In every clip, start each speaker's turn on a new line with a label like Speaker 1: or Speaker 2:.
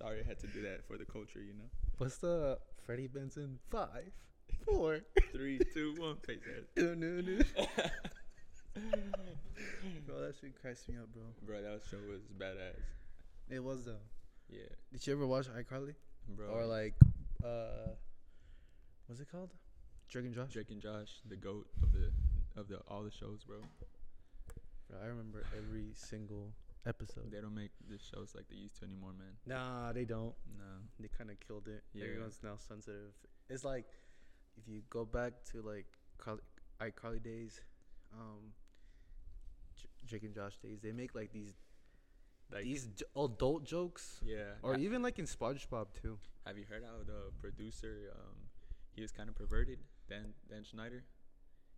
Speaker 1: Oh
Speaker 2: to do that for the culture, you know.
Speaker 1: What's the Freddie Benson? Five, four.
Speaker 2: Three, two, one, face ass.
Speaker 1: no, no, no. bro, that shit cracks me up, bro.
Speaker 2: Bro, that show was badass.
Speaker 1: It was though.
Speaker 2: Yeah,
Speaker 1: Did you ever watch iCarly
Speaker 2: bro.
Speaker 1: or like, uh, what's it called? Drake and Josh.
Speaker 2: Drake and Josh, the goat of the of the all the shows, bro.
Speaker 1: Bro, I remember every single episode.
Speaker 2: They don't make the shows like they used to anymore, man.
Speaker 1: Nah, they don't.
Speaker 2: No.
Speaker 1: They kind of killed it.
Speaker 2: Yeah.
Speaker 1: Everyone's now sensitive. It's like if you go back to like Carl- iCarly days, um, J- Drake and Josh days, they make like these
Speaker 2: Like
Speaker 1: these j- adult jokes,
Speaker 2: yeah.
Speaker 1: or even like in SpongeBob too.
Speaker 2: Have you heard how the producer, um, he was kind of perverted, Dan Dan Schneider.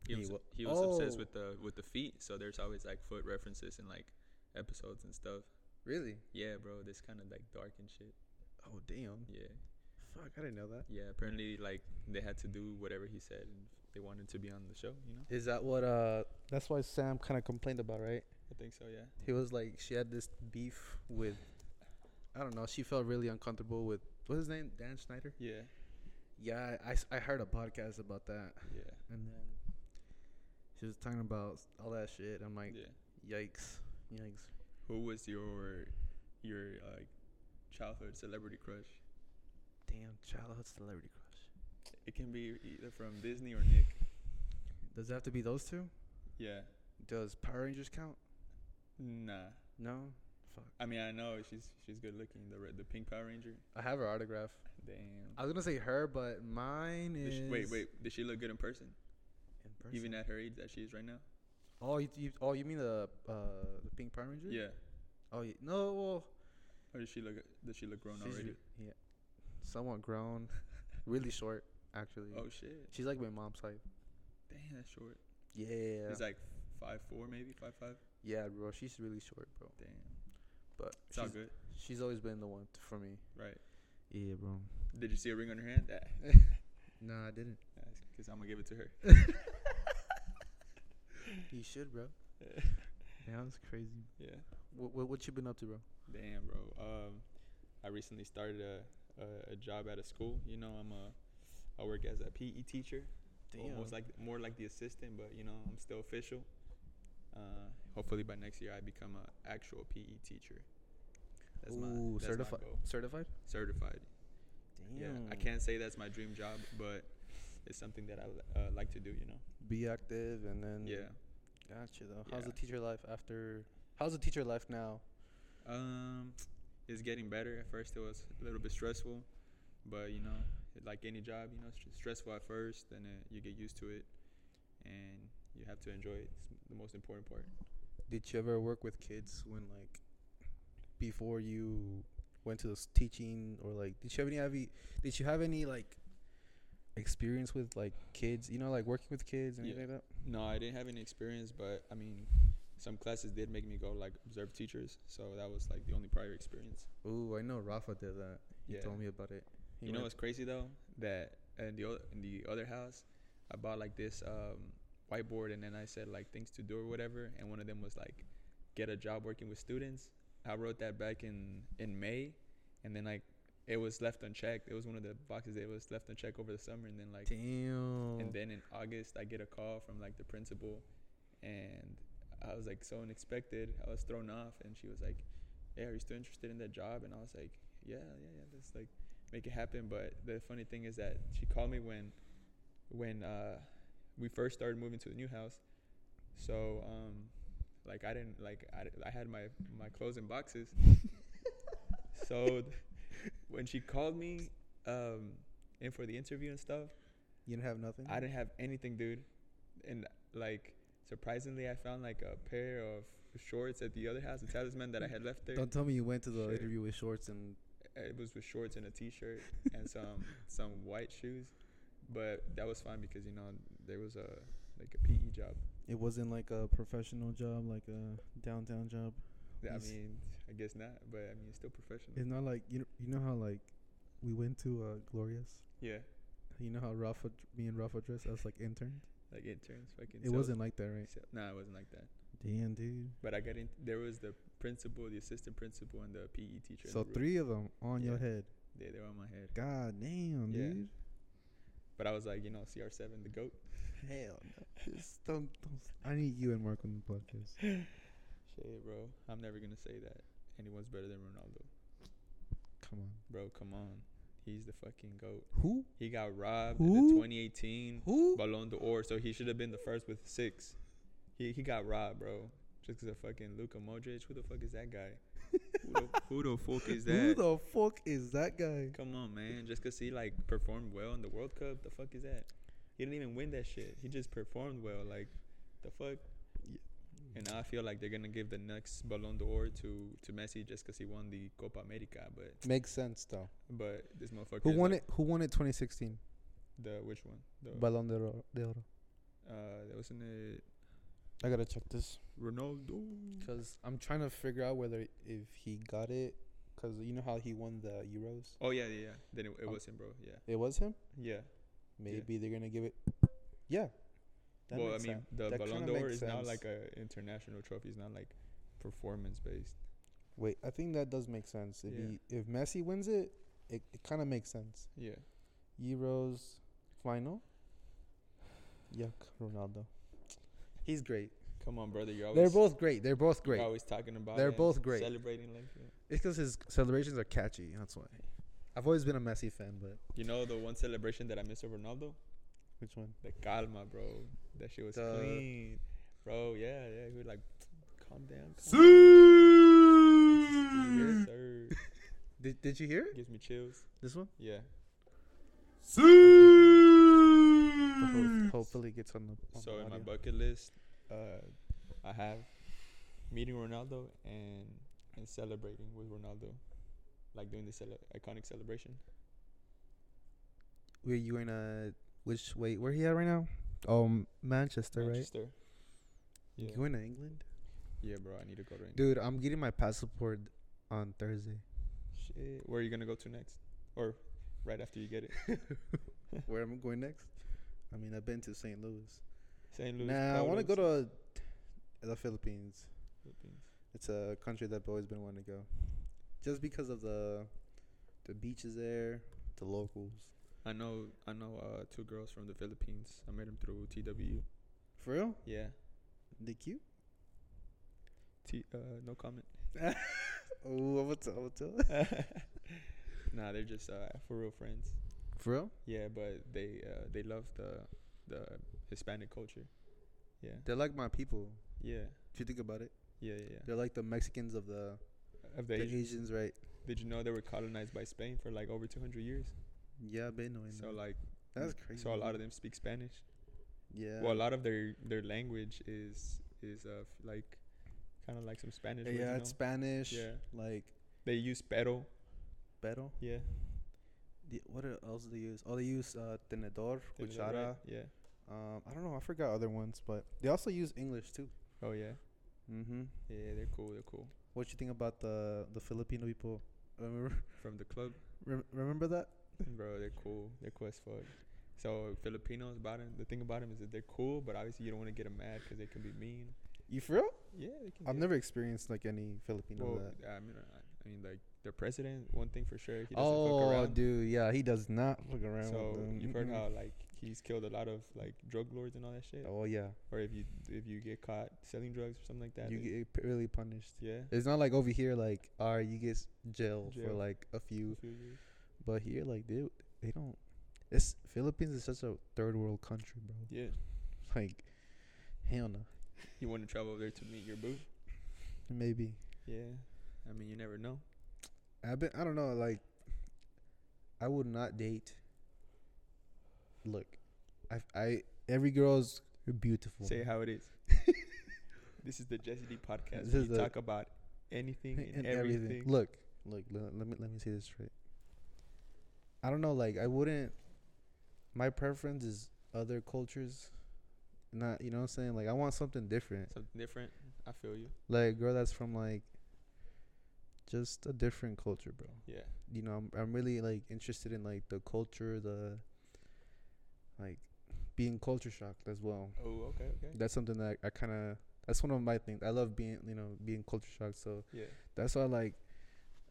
Speaker 2: He
Speaker 1: He
Speaker 2: was
Speaker 1: wa-
Speaker 2: he was obsessed
Speaker 1: Oh.
Speaker 2: with the with the feet, so there's always like foot references in like episodes and stuff.
Speaker 1: Really?
Speaker 2: Yeah, bro, this kind of like dark and shit.
Speaker 1: Oh damn!
Speaker 2: Yeah,
Speaker 1: Fuck, I didn't know that.
Speaker 2: yeah. Apparently, like they had to do whatever he said, and they wanted to be on the show. You know?
Speaker 1: Is that what? Uh, that's why Sam kind of complained about, right?
Speaker 2: I think so. Yeah.
Speaker 1: He was like, she had this beef with, I don't know. She felt really uncomfortable with what's his name, Dan Schneider.
Speaker 2: Yeah.
Speaker 1: Yeah, I, s- I heard a podcast about that,
Speaker 2: Yeah.
Speaker 1: and then she was talking about all that shit. I'm like,
Speaker 2: Yeah.
Speaker 1: yikes, yikes.
Speaker 2: Who was your your like childhood celebrity crush?
Speaker 1: Damn, childhood celebrity crush.
Speaker 2: It can be either from Disney or Nick.
Speaker 1: Does it have to be those two?
Speaker 2: Yeah.
Speaker 1: Does Power Rangers count?
Speaker 2: Nah.
Speaker 1: No. Fuck.
Speaker 2: I mean, I know she's she's good looking. The red, the pink Power Ranger.
Speaker 1: I have her autograph.
Speaker 2: Damn.
Speaker 1: I was gonna say her, but mine
Speaker 2: Does
Speaker 1: is.
Speaker 2: she- wait, wait. Did she look good in person?
Speaker 1: In person.
Speaker 2: Even at her age that she is right now?
Speaker 1: oh, you, you, oh, you mean the uh the pink Power Ranger?
Speaker 2: Yeah.
Speaker 1: Oh, yeah. no. Well,
Speaker 2: Or does she look? Does she look grown
Speaker 1: she's
Speaker 2: already?
Speaker 1: re- yeah, somewhat grown, really short actually.
Speaker 2: Oh shit.
Speaker 1: She's like my mom's height.
Speaker 2: Damn, that's short.
Speaker 1: Yeah.
Speaker 2: He's like five four, maybe five five.
Speaker 1: Yeah, bro, she's really short, bro.
Speaker 2: Damn.
Speaker 1: But
Speaker 2: It's all
Speaker 1: she's,
Speaker 2: good,
Speaker 1: she's always been the one t- for me.
Speaker 2: right?
Speaker 1: Yeah, bro.
Speaker 2: Did you see a ring on her hand? That.
Speaker 1: Nah, I didn't.
Speaker 2: Because I'm gonna give it to her.
Speaker 1: You should, bro. Yeah, that's crazy.
Speaker 2: Yeah.
Speaker 1: What, what what you been up to, bro?
Speaker 2: Damn, bro. Um, I recently started a, a a job at a school. You know, I'm a I work as a PE teacher. Almost like more like the assistant, but you know, I'm still official. Uh, hopefully by next year I become a actual PE teacher. That's my,
Speaker 1: Ooh,
Speaker 2: that's my
Speaker 1: certified.
Speaker 2: goal.
Speaker 1: Certified.
Speaker 2: Certified. Yeah, I can't say that's my dream job, but it's something that I li- uh, like to do. You know.
Speaker 1: be active and then.
Speaker 2: Yeah.
Speaker 1: Gotcha though. How's the
Speaker 2: Yeah.
Speaker 1: teacher life after? How's the teacher life now?
Speaker 2: Um, it's getting better. At first, it was a little bit stressful, but you know, like any job, you know, it's stressful at first, then uh, you get used to it, and you have to enjoy it. It's the most important part.
Speaker 1: Did you ever work with kids when like before you went to this teaching or like did you have any have you, did you have any like experience with like kids, you know, like working with kids and
Speaker 2: Yeah.
Speaker 1: anything like
Speaker 2: No, I didn't have any experience, but I mean, some classes did make me go like observe teachers, so that was like the only prior experience.
Speaker 1: that? Ooh, I know Rafa did that. He
Speaker 2: Yeah.
Speaker 1: told me about it. He
Speaker 2: you know
Speaker 1: went-
Speaker 2: what's crazy though? That in the other, in the other house, I bought like this um, whiteboard, and then I said like things to do or whatever, and one of them was like, get a job working with students. I wrote that back in in May, and then like it was left unchecked. It was one of the boxes that was left unchecked over the summer, and then like
Speaker 1: Damn.
Speaker 2: and then in August I get a call from like the principal, and I was like so unexpected. I was thrown off, and she was like, "Hey, are you still interested in that job?" And I was like, "Yeah, yeah, yeah. Let's like make it happen." But the funny thing is that she called me when when uh, we first started moving to the new house. So um, like I didn't like I, I had my my clothes in boxes. so th- when she called me um, in for the interview and stuff.
Speaker 1: you didn't have nothing?
Speaker 2: I didn't have anything, dude. And like surprisingly, I found like a pair of shorts at the other house, a talisman that I had left there.
Speaker 1: Don't tell me you went to the
Speaker 2: Sure.
Speaker 1: interview with shorts and
Speaker 2: It was with shorts and a t-shirt and some some white shoes, but that was fine because you know there was a like a PE job.
Speaker 1: it wasn't like a professional job, like a downtown job.
Speaker 2: I
Speaker 1: Yes.
Speaker 2: mean, I guess not, but I mean it's still professional.
Speaker 1: It's not like you know, you know how like we went to uh, Glorious.
Speaker 2: yeah,
Speaker 1: You know how Rafa, d- me and Rafa dressed as like interns.
Speaker 2: like interns, fucking.
Speaker 1: It
Speaker 2: sales-
Speaker 1: wasn't like that, right?
Speaker 2: sale- Nah, it wasn't like that.
Speaker 1: Damn, dude.
Speaker 2: But I got in. There was the principal, the assistant principal, and the PE teacher. in
Speaker 1: So
Speaker 2: the room.
Speaker 1: three of them on your
Speaker 2: Yeah.
Speaker 1: head.
Speaker 2: They, they were on my head.
Speaker 1: God damn,
Speaker 2: Yeah.
Speaker 1: dude.
Speaker 2: But I was like, you know, CR7, the goat.
Speaker 1: Hell no. Just don't, don't. I need you and Mark on the podcast.
Speaker 2: Shit, bro. I'm never gonna say that anyone's better than Ronaldo,
Speaker 1: Come on.
Speaker 2: bro. Come on, he's the fucking goat.
Speaker 1: Who?
Speaker 2: He got robbed in
Speaker 1: Who?
Speaker 2: the 2018
Speaker 1: Who?
Speaker 2: Ballon d'Or, so he should have been the first with six. He he got robbed, bro. Just 'cause of fucking Luka Modric. Who the fuck is that guy? who, the, who the fuck is
Speaker 1: Who
Speaker 2: that?
Speaker 1: the fuck is that guy?
Speaker 2: Come on, man. Just 'cause he like performed well in the World Cup, the fuck is that? He didn't even win that shit. He just performed well. Like, the fuck.
Speaker 1: Yeah.
Speaker 2: And now I feel like they're gonna give the next Ballon d'Or to to Messi just 'cause he won the Copa America. But
Speaker 1: Makes sense though.
Speaker 2: but this motherfucker.
Speaker 1: Who
Speaker 2: is,
Speaker 1: won
Speaker 2: like,
Speaker 1: it? Who won it? 2016
Speaker 2: The which one? The
Speaker 1: Ballon d'Or. d'Oro.
Speaker 2: uh, that wasn't it.
Speaker 1: I gotta check this
Speaker 2: Ronaldo.
Speaker 1: because I'm trying to figure out whether if he got it. Because you know how he won the Euros.
Speaker 2: Oh yeah, yeah. yeah. Then it, it
Speaker 1: Um,
Speaker 2: was him, bro. Yeah,
Speaker 1: It was him.
Speaker 2: yeah.
Speaker 1: Maybe they're gonna give it. Yeah.
Speaker 2: well, I mean,
Speaker 1: makes sense.
Speaker 2: the
Speaker 1: That
Speaker 2: Ballon
Speaker 1: kinda
Speaker 2: d'Or
Speaker 1: makes
Speaker 2: is now
Speaker 1: sense.
Speaker 2: like a international trophy. It's not like performance based.
Speaker 1: Wait, I think that does make sense. If
Speaker 2: Yeah.
Speaker 1: he, if Messi wins it, it, it kind of makes sense.
Speaker 2: Yeah.
Speaker 1: Euros final. Yuck, Ronaldo. He's great.
Speaker 2: Come on, brother. You're
Speaker 1: They're
Speaker 2: always
Speaker 1: both great. They're both
Speaker 2: you're
Speaker 1: great.
Speaker 2: always talking about.
Speaker 1: They're
Speaker 2: it and
Speaker 1: both great.
Speaker 2: Celebrating like that.
Speaker 1: It's because his celebrations are catchy. That's why. I've always been a Messi fan, but
Speaker 2: You know the one celebration that I miss of Ronaldo?
Speaker 1: which one?
Speaker 2: The calma, bro. That shit was
Speaker 1: The-
Speaker 2: clean, bro. Yeah, yeah. He was like, calm down. Calm down. Yes,
Speaker 1: See.
Speaker 2: sir.
Speaker 1: Did, did you hear it?
Speaker 2: Gives me chills.
Speaker 1: This one?
Speaker 2: Yeah.
Speaker 1: Ho- Hopefully it gets on the. On
Speaker 2: So
Speaker 1: the
Speaker 2: in my
Speaker 1: audio.
Speaker 2: bucket list, uh, I have meeting Ronaldo and and celebrating with Ronaldo, like doing the cele- iconic celebration.
Speaker 1: Were you in a which? Wait, where he at right now? Um, Manchester, right?
Speaker 2: Manchester. Yeah.
Speaker 1: You in England?
Speaker 2: yeah, bro. I need to go to England.
Speaker 1: Dude, I'm getting my passport on Thursday.
Speaker 2: Shit. Where are you gonna go to next, or right after you get it?
Speaker 1: Where am I going next? I mean, I've been to St. Louis.
Speaker 2: St. Louis.
Speaker 1: Nah, I want to
Speaker 2: Providence,
Speaker 1: go to the Philippines.
Speaker 2: Philippines.
Speaker 1: It's a country that I've always been wanting to go, just because of the the beaches there, the locals.
Speaker 2: I know. I know. Uh, two girls from the Philippines. I met them through TW.
Speaker 1: For real?
Speaker 2: Yeah.
Speaker 1: They cute?
Speaker 2: T. Uh, no comment.
Speaker 1: Oh, I'm gonna tell. I'm gonna tell.
Speaker 2: nah, they're just uh, for real friends.
Speaker 1: For real?
Speaker 2: Yeah, but they uh, they love the the Hispanic culture. Yeah,
Speaker 1: They're like my people.
Speaker 2: yeah,
Speaker 1: If you think about it,
Speaker 2: yeah, yeah. yeah.
Speaker 1: they're like the Mexicans of the,
Speaker 2: Of the
Speaker 1: the
Speaker 2: Asian,
Speaker 1: Asians, right?
Speaker 2: did you know they ween colonized by Spain for like over 200 years?
Speaker 1: Yeah, I've been knowing.
Speaker 2: So
Speaker 1: that.
Speaker 2: like, mm,
Speaker 1: That's crazy.
Speaker 2: so a lot of them speak Spanish.
Speaker 1: yeah.
Speaker 2: Well, a lot of their their language is is uh, f- like kind of like some Spanish. words,
Speaker 1: yeah,
Speaker 2: you
Speaker 1: it's
Speaker 2: know?
Speaker 1: Spanish.
Speaker 2: Yeah.
Speaker 1: Like
Speaker 2: They use pero.
Speaker 1: pero.
Speaker 2: Yeah.
Speaker 1: The, what are- else do they use? Oh, they use uh, tenedor,
Speaker 2: then is that
Speaker 1: cuchara.
Speaker 2: right? Yeah.
Speaker 1: Um, I don't know. I forgot other ones, but they also use English too.
Speaker 2: Oh yeah.
Speaker 1: Mm-hmm.
Speaker 2: Yeah, they're cool. They're cool.
Speaker 1: What you think about the the Filipino people? Remember,
Speaker 2: From the club.
Speaker 1: rem- remember that?
Speaker 2: Bro, they're cool. They're cool as fuck. So Filipinos about 'em- The thing about them is that they're cool, but obviously you don't want to get them mad because they can be mean.
Speaker 1: You for real?
Speaker 2: Yeah, they can.
Speaker 1: I've
Speaker 2: get-
Speaker 1: never experienced like any Filipino
Speaker 2: Well,
Speaker 1: that.
Speaker 2: I mean, I, I mean, like the president. One thing for sure, he doesn't fuck
Speaker 1: Oh,
Speaker 2: around.
Speaker 1: dude, yeah, he does not look around.
Speaker 2: So
Speaker 1: with them.
Speaker 2: you've heard
Speaker 1: Mm-mm.
Speaker 2: how like he's killed a lot of like drug lords and all that shit.
Speaker 1: Mm-hmm. Oh yeah,
Speaker 2: Or if you if you get caught selling drugs or something like that,
Speaker 1: you
Speaker 2: they-
Speaker 1: get p- really punished.
Speaker 2: yeah.
Speaker 1: It's not like over here, like, all right, you get s- jail, for
Speaker 2: Jail.
Speaker 1: like a few,
Speaker 2: a few years.
Speaker 1: but here, like, they they don't. It's Philippines is such a third world country, bro.
Speaker 2: Yeah.
Speaker 1: Like, hell no,
Speaker 2: You want to travel over there to meet your boo?
Speaker 1: maybe.
Speaker 2: Yeah. I mean, you never know.
Speaker 1: I've been. I don't know. Like, I would not date. Look, I I every girl's beautiful.
Speaker 2: Say how it is. this is the Jesse D podcast.
Speaker 1: This is
Speaker 2: we
Speaker 1: the-
Speaker 2: talk about anything and,
Speaker 1: and
Speaker 2: everything.
Speaker 1: everything. Look, look. Let, let me let me say this straight. I don't know. Like, I wouldn't. My preference is other cultures. Not you know what I'm saying. Like, I want something different.
Speaker 2: Something different. I feel you.
Speaker 1: Like, a girl that's from like. Just a different culture, bro.
Speaker 2: Yeah.
Speaker 1: you know, I'm I'm really like interested in like the culture, the like being culture shocked as well.
Speaker 2: Oh, okay, okay.
Speaker 1: That's something that I kind of
Speaker 3: That's one of my things. I love being, you know, being culture shocked. So
Speaker 2: Yeah.
Speaker 3: that's why, like,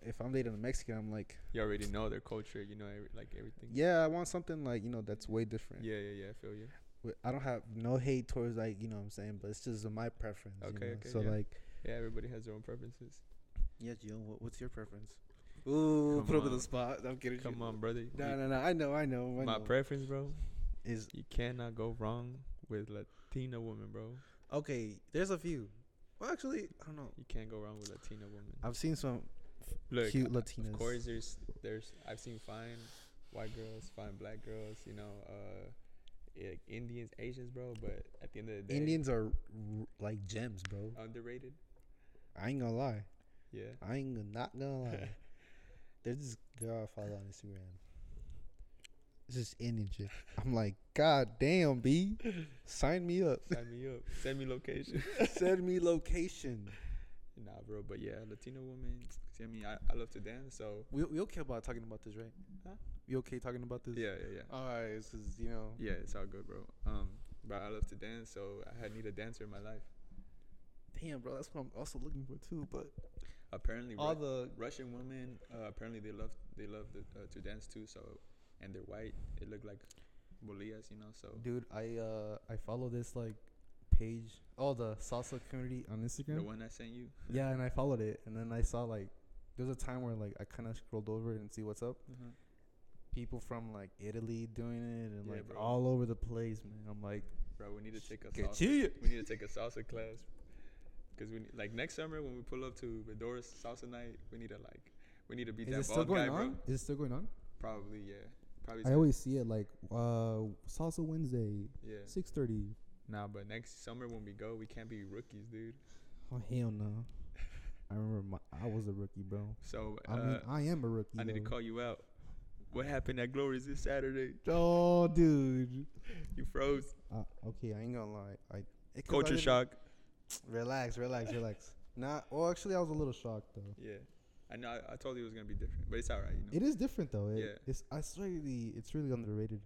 Speaker 3: if I'm dating a Mexican, I'm like,
Speaker 2: You already know their culture. You know, every, like everything.
Speaker 3: yeah, I want something like, you know, that's way different.
Speaker 2: Yeah, yeah, yeah. I feel you.
Speaker 3: Wi- I don't have no hate towards like, you know, what I'm saying, but it's just my preference. you
Speaker 2: Okay,
Speaker 3: know?
Speaker 2: okay,
Speaker 3: So
Speaker 2: yeah.
Speaker 3: like,
Speaker 2: Yeah, everybody has their own preferences.
Speaker 3: yeah, Jill, what, what's your preference? Ooh,
Speaker 2: Come
Speaker 3: put up in
Speaker 2: on.
Speaker 3: the spot. I'm kidding.
Speaker 2: Come
Speaker 3: you.
Speaker 2: on, brother.
Speaker 3: No, no, no. I know, I know. I
Speaker 2: My
Speaker 3: know.
Speaker 2: preference, bro.
Speaker 3: is
Speaker 2: You cannot go wrong with Latina woman, bro.
Speaker 3: okay. There's a few. Well, actually, I don't know.
Speaker 2: You can't go wrong with Latina woman.
Speaker 3: I've seen some
Speaker 2: Look,
Speaker 3: cute
Speaker 2: of
Speaker 3: Latinas.
Speaker 2: course, there's there's I've seen fine white girls, fine black girls. You know, uh, yeah, Indians, Asians, bro. But at the end of the day,
Speaker 3: Indians are r- like gems, bro.
Speaker 2: underrated.
Speaker 3: I ain't gonna lie.
Speaker 2: Yeah.
Speaker 3: I ain't gonna- not gonna lie. There's this girl I follow on Instagram. It's just Indian chick. I'm like, God damn, B. Sign me up.
Speaker 2: Sign me up. Send me location.
Speaker 3: Send me location.
Speaker 2: nah, bro. But yeah, Latino woman. See, I mean, I, I love to dance. So
Speaker 3: We, we okay about talking about this, right?
Speaker 2: Huh?
Speaker 3: You okay talking about this?
Speaker 2: yeah, yeah, yeah.
Speaker 3: All right, it's because, you know.
Speaker 2: Yeah, it's all good, bro. Um, but I love to dance, so I had- need a dancer in my life.
Speaker 3: Damn, bro, that's what I'm also looking for, too. But
Speaker 2: Apparently,
Speaker 3: all
Speaker 2: Ru-
Speaker 3: the.
Speaker 2: Russian women uh, apparently they love they love the, uh, to dance too. So, and they're white. They look like bolias, you know. So
Speaker 1: Dude, I uh I follow this like page, oh the salsa community on
Speaker 2: the
Speaker 1: Instagram.
Speaker 2: one I sent you.
Speaker 1: Yeah, and I followed it, and then I saw like there's a time where like I kind of scrolled over and see what's up. People from like Italy doing it and
Speaker 2: Yeah,
Speaker 1: like
Speaker 2: bro.
Speaker 1: all over the place, man. I'm like,
Speaker 2: Bro, we need to take a
Speaker 1: Get
Speaker 2: salsa.
Speaker 1: you.
Speaker 2: We need to take a salsa class. Cause we need, like next summer when we pull up to Bedora's salsa night, we need to like we need to be
Speaker 1: is
Speaker 2: that
Speaker 1: it still
Speaker 2: bald
Speaker 1: going
Speaker 2: guy,
Speaker 1: on?
Speaker 2: bro.
Speaker 1: Is it still going on?
Speaker 2: Probably yeah. Probably.
Speaker 1: I
Speaker 2: so-
Speaker 1: always see it like uh salsa Wednesday,
Speaker 2: yeah.
Speaker 1: six thirty.
Speaker 2: Nah, but next summer when we go, we can't be rookies, dude.
Speaker 1: Oh hell no! I remember my, I was a rookie, bro.
Speaker 2: So
Speaker 1: I mean,
Speaker 2: uh,
Speaker 1: I am a rookie.
Speaker 2: I need to
Speaker 1: though.
Speaker 2: call you out. What happened at Glory's this Saturday?
Speaker 1: Oh, dude.
Speaker 2: You froze.
Speaker 1: Uh, okay, I ain't gonna lie. I it 'cause I
Speaker 2: Culture
Speaker 1: didn't-
Speaker 2: shock.
Speaker 1: Relax, relax, relax. Not. Well, actually, I was a little shocked though.
Speaker 2: Yeah. I know. I, I told you it was gonna be different, but it's all right. You know.
Speaker 1: It is different though. It,
Speaker 2: Yeah.
Speaker 1: It's. I swear, really, it's really underrated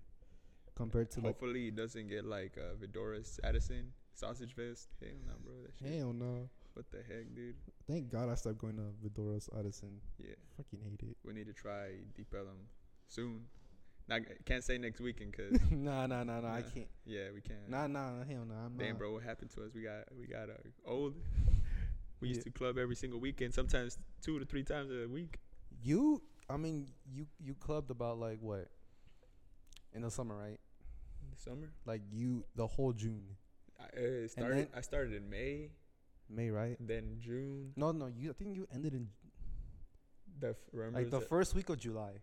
Speaker 1: compared to like.
Speaker 2: Hopefully, it doesn't get like uh, Vidora's Addison sausage vest. Hell no, bro. That shit.
Speaker 1: Hell no!
Speaker 2: What the heck, dude?
Speaker 1: Thank God I stopped going to Vidora's Addison.
Speaker 2: Yeah.
Speaker 1: Fucking hate it.
Speaker 2: We need to try Deep Ellum soon. Not can't say next weekend, cause
Speaker 1: nah, nah, nah, nah. I
Speaker 2: Nah.
Speaker 1: can't.
Speaker 2: yeah, we can't.
Speaker 1: Nah, nah, nah, hell no. I'm
Speaker 2: Damn,
Speaker 1: not.
Speaker 2: bro, what happened to us? We got we got uh, old. We used to
Speaker 1: Yeah.
Speaker 2: club every single weekend, sometimes two to three times a week.
Speaker 1: You, I mean, you you clubbed about like what? In the summer, right?
Speaker 2: In the summer.
Speaker 1: Like you, the whole June,
Speaker 2: I uh, started.
Speaker 1: then-
Speaker 2: I started in May,
Speaker 1: May, right?
Speaker 2: then June.
Speaker 1: No, no. You, I think you ended in
Speaker 2: The f- remember
Speaker 1: like the
Speaker 2: the-
Speaker 1: first week of July.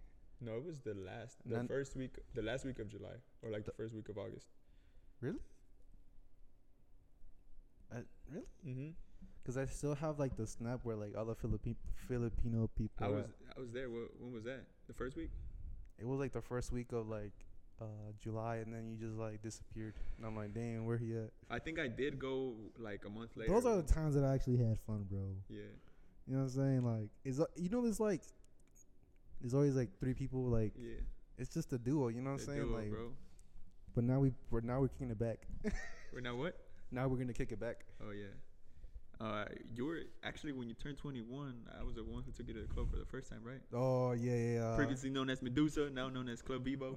Speaker 2: no, it was the last, the
Speaker 1: Nan-
Speaker 2: first week, the last week of July, or like the, first week of August.
Speaker 1: Uh, really?
Speaker 2: Mm-hmm.
Speaker 1: Because I still have like the snap where like all the Philippine Filipino people.
Speaker 2: I
Speaker 1: were
Speaker 2: was
Speaker 1: at.
Speaker 2: I was there. Wh- When was that? The first week?
Speaker 1: It was like the first week of like uh July, and then you just like disappeared. And I'm like, damn, where he at?
Speaker 2: I think I did go like a month later.
Speaker 1: Those are the
Speaker 2: when-
Speaker 1: times that I actually had fun, bro.
Speaker 2: yeah.
Speaker 1: You know what I'm saying? Like, is you know there's like, there's always like three people. Like,
Speaker 2: Yeah.
Speaker 1: it's just a duo. You know what I'm
Speaker 2: the
Speaker 1: saying?
Speaker 2: duo,
Speaker 1: like,
Speaker 2: bro.
Speaker 1: but now we we're now we're kicking it back.
Speaker 2: Wait, now what?
Speaker 1: now we're gonna kick it back.
Speaker 2: Oh yeah. Uh, you were actually when you turned 21. I was the one who took you to the club for the first time, right?
Speaker 1: Oh yeah, yeah. yeah.
Speaker 2: Previously known as Medusa, now known as Club Bebo.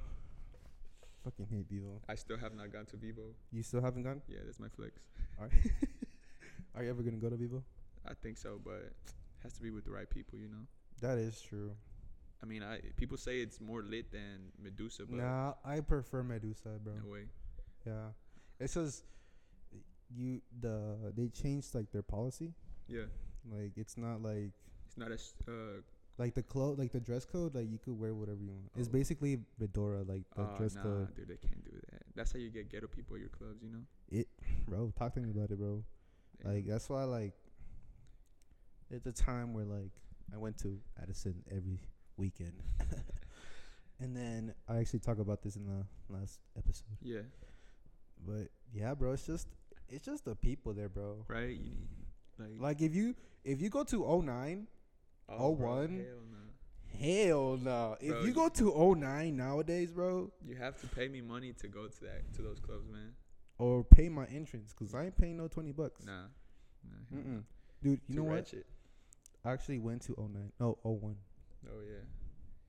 Speaker 1: Fucking hate Devo.
Speaker 2: I still have not gone to Bebo.
Speaker 1: You still haven't gone?
Speaker 2: Yeah, that's my flex.
Speaker 1: Are you ever gonna go to Vivo?
Speaker 2: I think so, but has to be with the right people, you know.
Speaker 1: That is true.
Speaker 2: I mean, I people say it's more lit than Medusa, but
Speaker 1: Nah, I prefer Medusa, bro.
Speaker 2: no way.
Speaker 1: Yeah, it's just you the they changed like their policy.
Speaker 2: Yeah,
Speaker 1: Like it's not like
Speaker 2: it's not as uh,
Speaker 1: like the clo like the dress code. Like you could wear whatever you want. It's
Speaker 2: Oh.
Speaker 1: basically Bedora like the
Speaker 2: uh
Speaker 1: dress
Speaker 2: nah,
Speaker 1: code.
Speaker 2: dude. They can't do that. That's how you get ghetto people at your clubs, you know.
Speaker 1: It, bro. Talk to me about it, bro.
Speaker 2: Yeah.
Speaker 1: Like that's why like at the time where like I went to Addison every weekend, and then I actually talk about this in the last episode.
Speaker 2: yeah,
Speaker 1: But yeah, bro, it's just it's just the people there, bro.
Speaker 2: right. You need like,
Speaker 1: Like if you if you go to 09,
Speaker 2: oh, bro,
Speaker 1: 01?
Speaker 2: Hell nah.
Speaker 1: hell no. If
Speaker 2: Bro,
Speaker 1: you go to 09 nowadays, bro,
Speaker 2: You have to pay me money to go to that to those clubs, man.
Speaker 1: or pay my entrance because I ain't paying no twenty bucks.
Speaker 2: Nah. nah hell no.
Speaker 1: Mm-mm. Dude,
Speaker 2: Too
Speaker 1: you know what?
Speaker 2: ratchet.
Speaker 1: I actually went to 09, no 01,
Speaker 2: Oh yeah.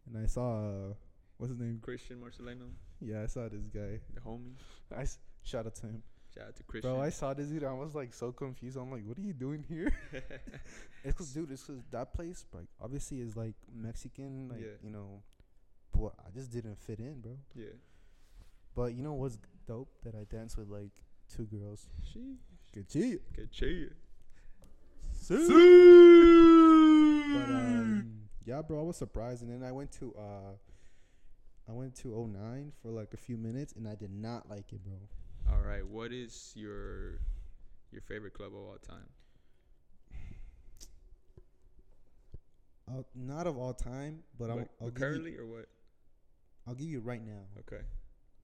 Speaker 1: and I saw uh, what's his name?
Speaker 2: Christian Marcelino,
Speaker 1: Yeah, I saw this guy.
Speaker 2: the homie.
Speaker 1: I s- shout out to him,
Speaker 2: Shout out to Christian.
Speaker 1: bro. I saw this dude. I was like so confused. I'm like, what are you doing here? It's cause, dude, it's cause that place, like, obviously is like Mexican, like
Speaker 2: Yeah.
Speaker 1: you know, but I just didn't fit in, bro.
Speaker 2: yeah.
Speaker 1: But you know what's dope that I danced with like two girls.
Speaker 2: She
Speaker 1: Good shit.
Speaker 2: could cheer.
Speaker 1: But um, yeah, bro, I was surprised, and then I went to uh, I went to 09 for like a few minutes, and I did not like it, bro.
Speaker 2: All right. What is your your favorite club of all time?
Speaker 1: Uh, not of all time, but I'm
Speaker 2: Like,
Speaker 1: I'll
Speaker 2: but
Speaker 1: give, you,
Speaker 2: currently or what?
Speaker 1: I'll give you right now.
Speaker 2: Okay.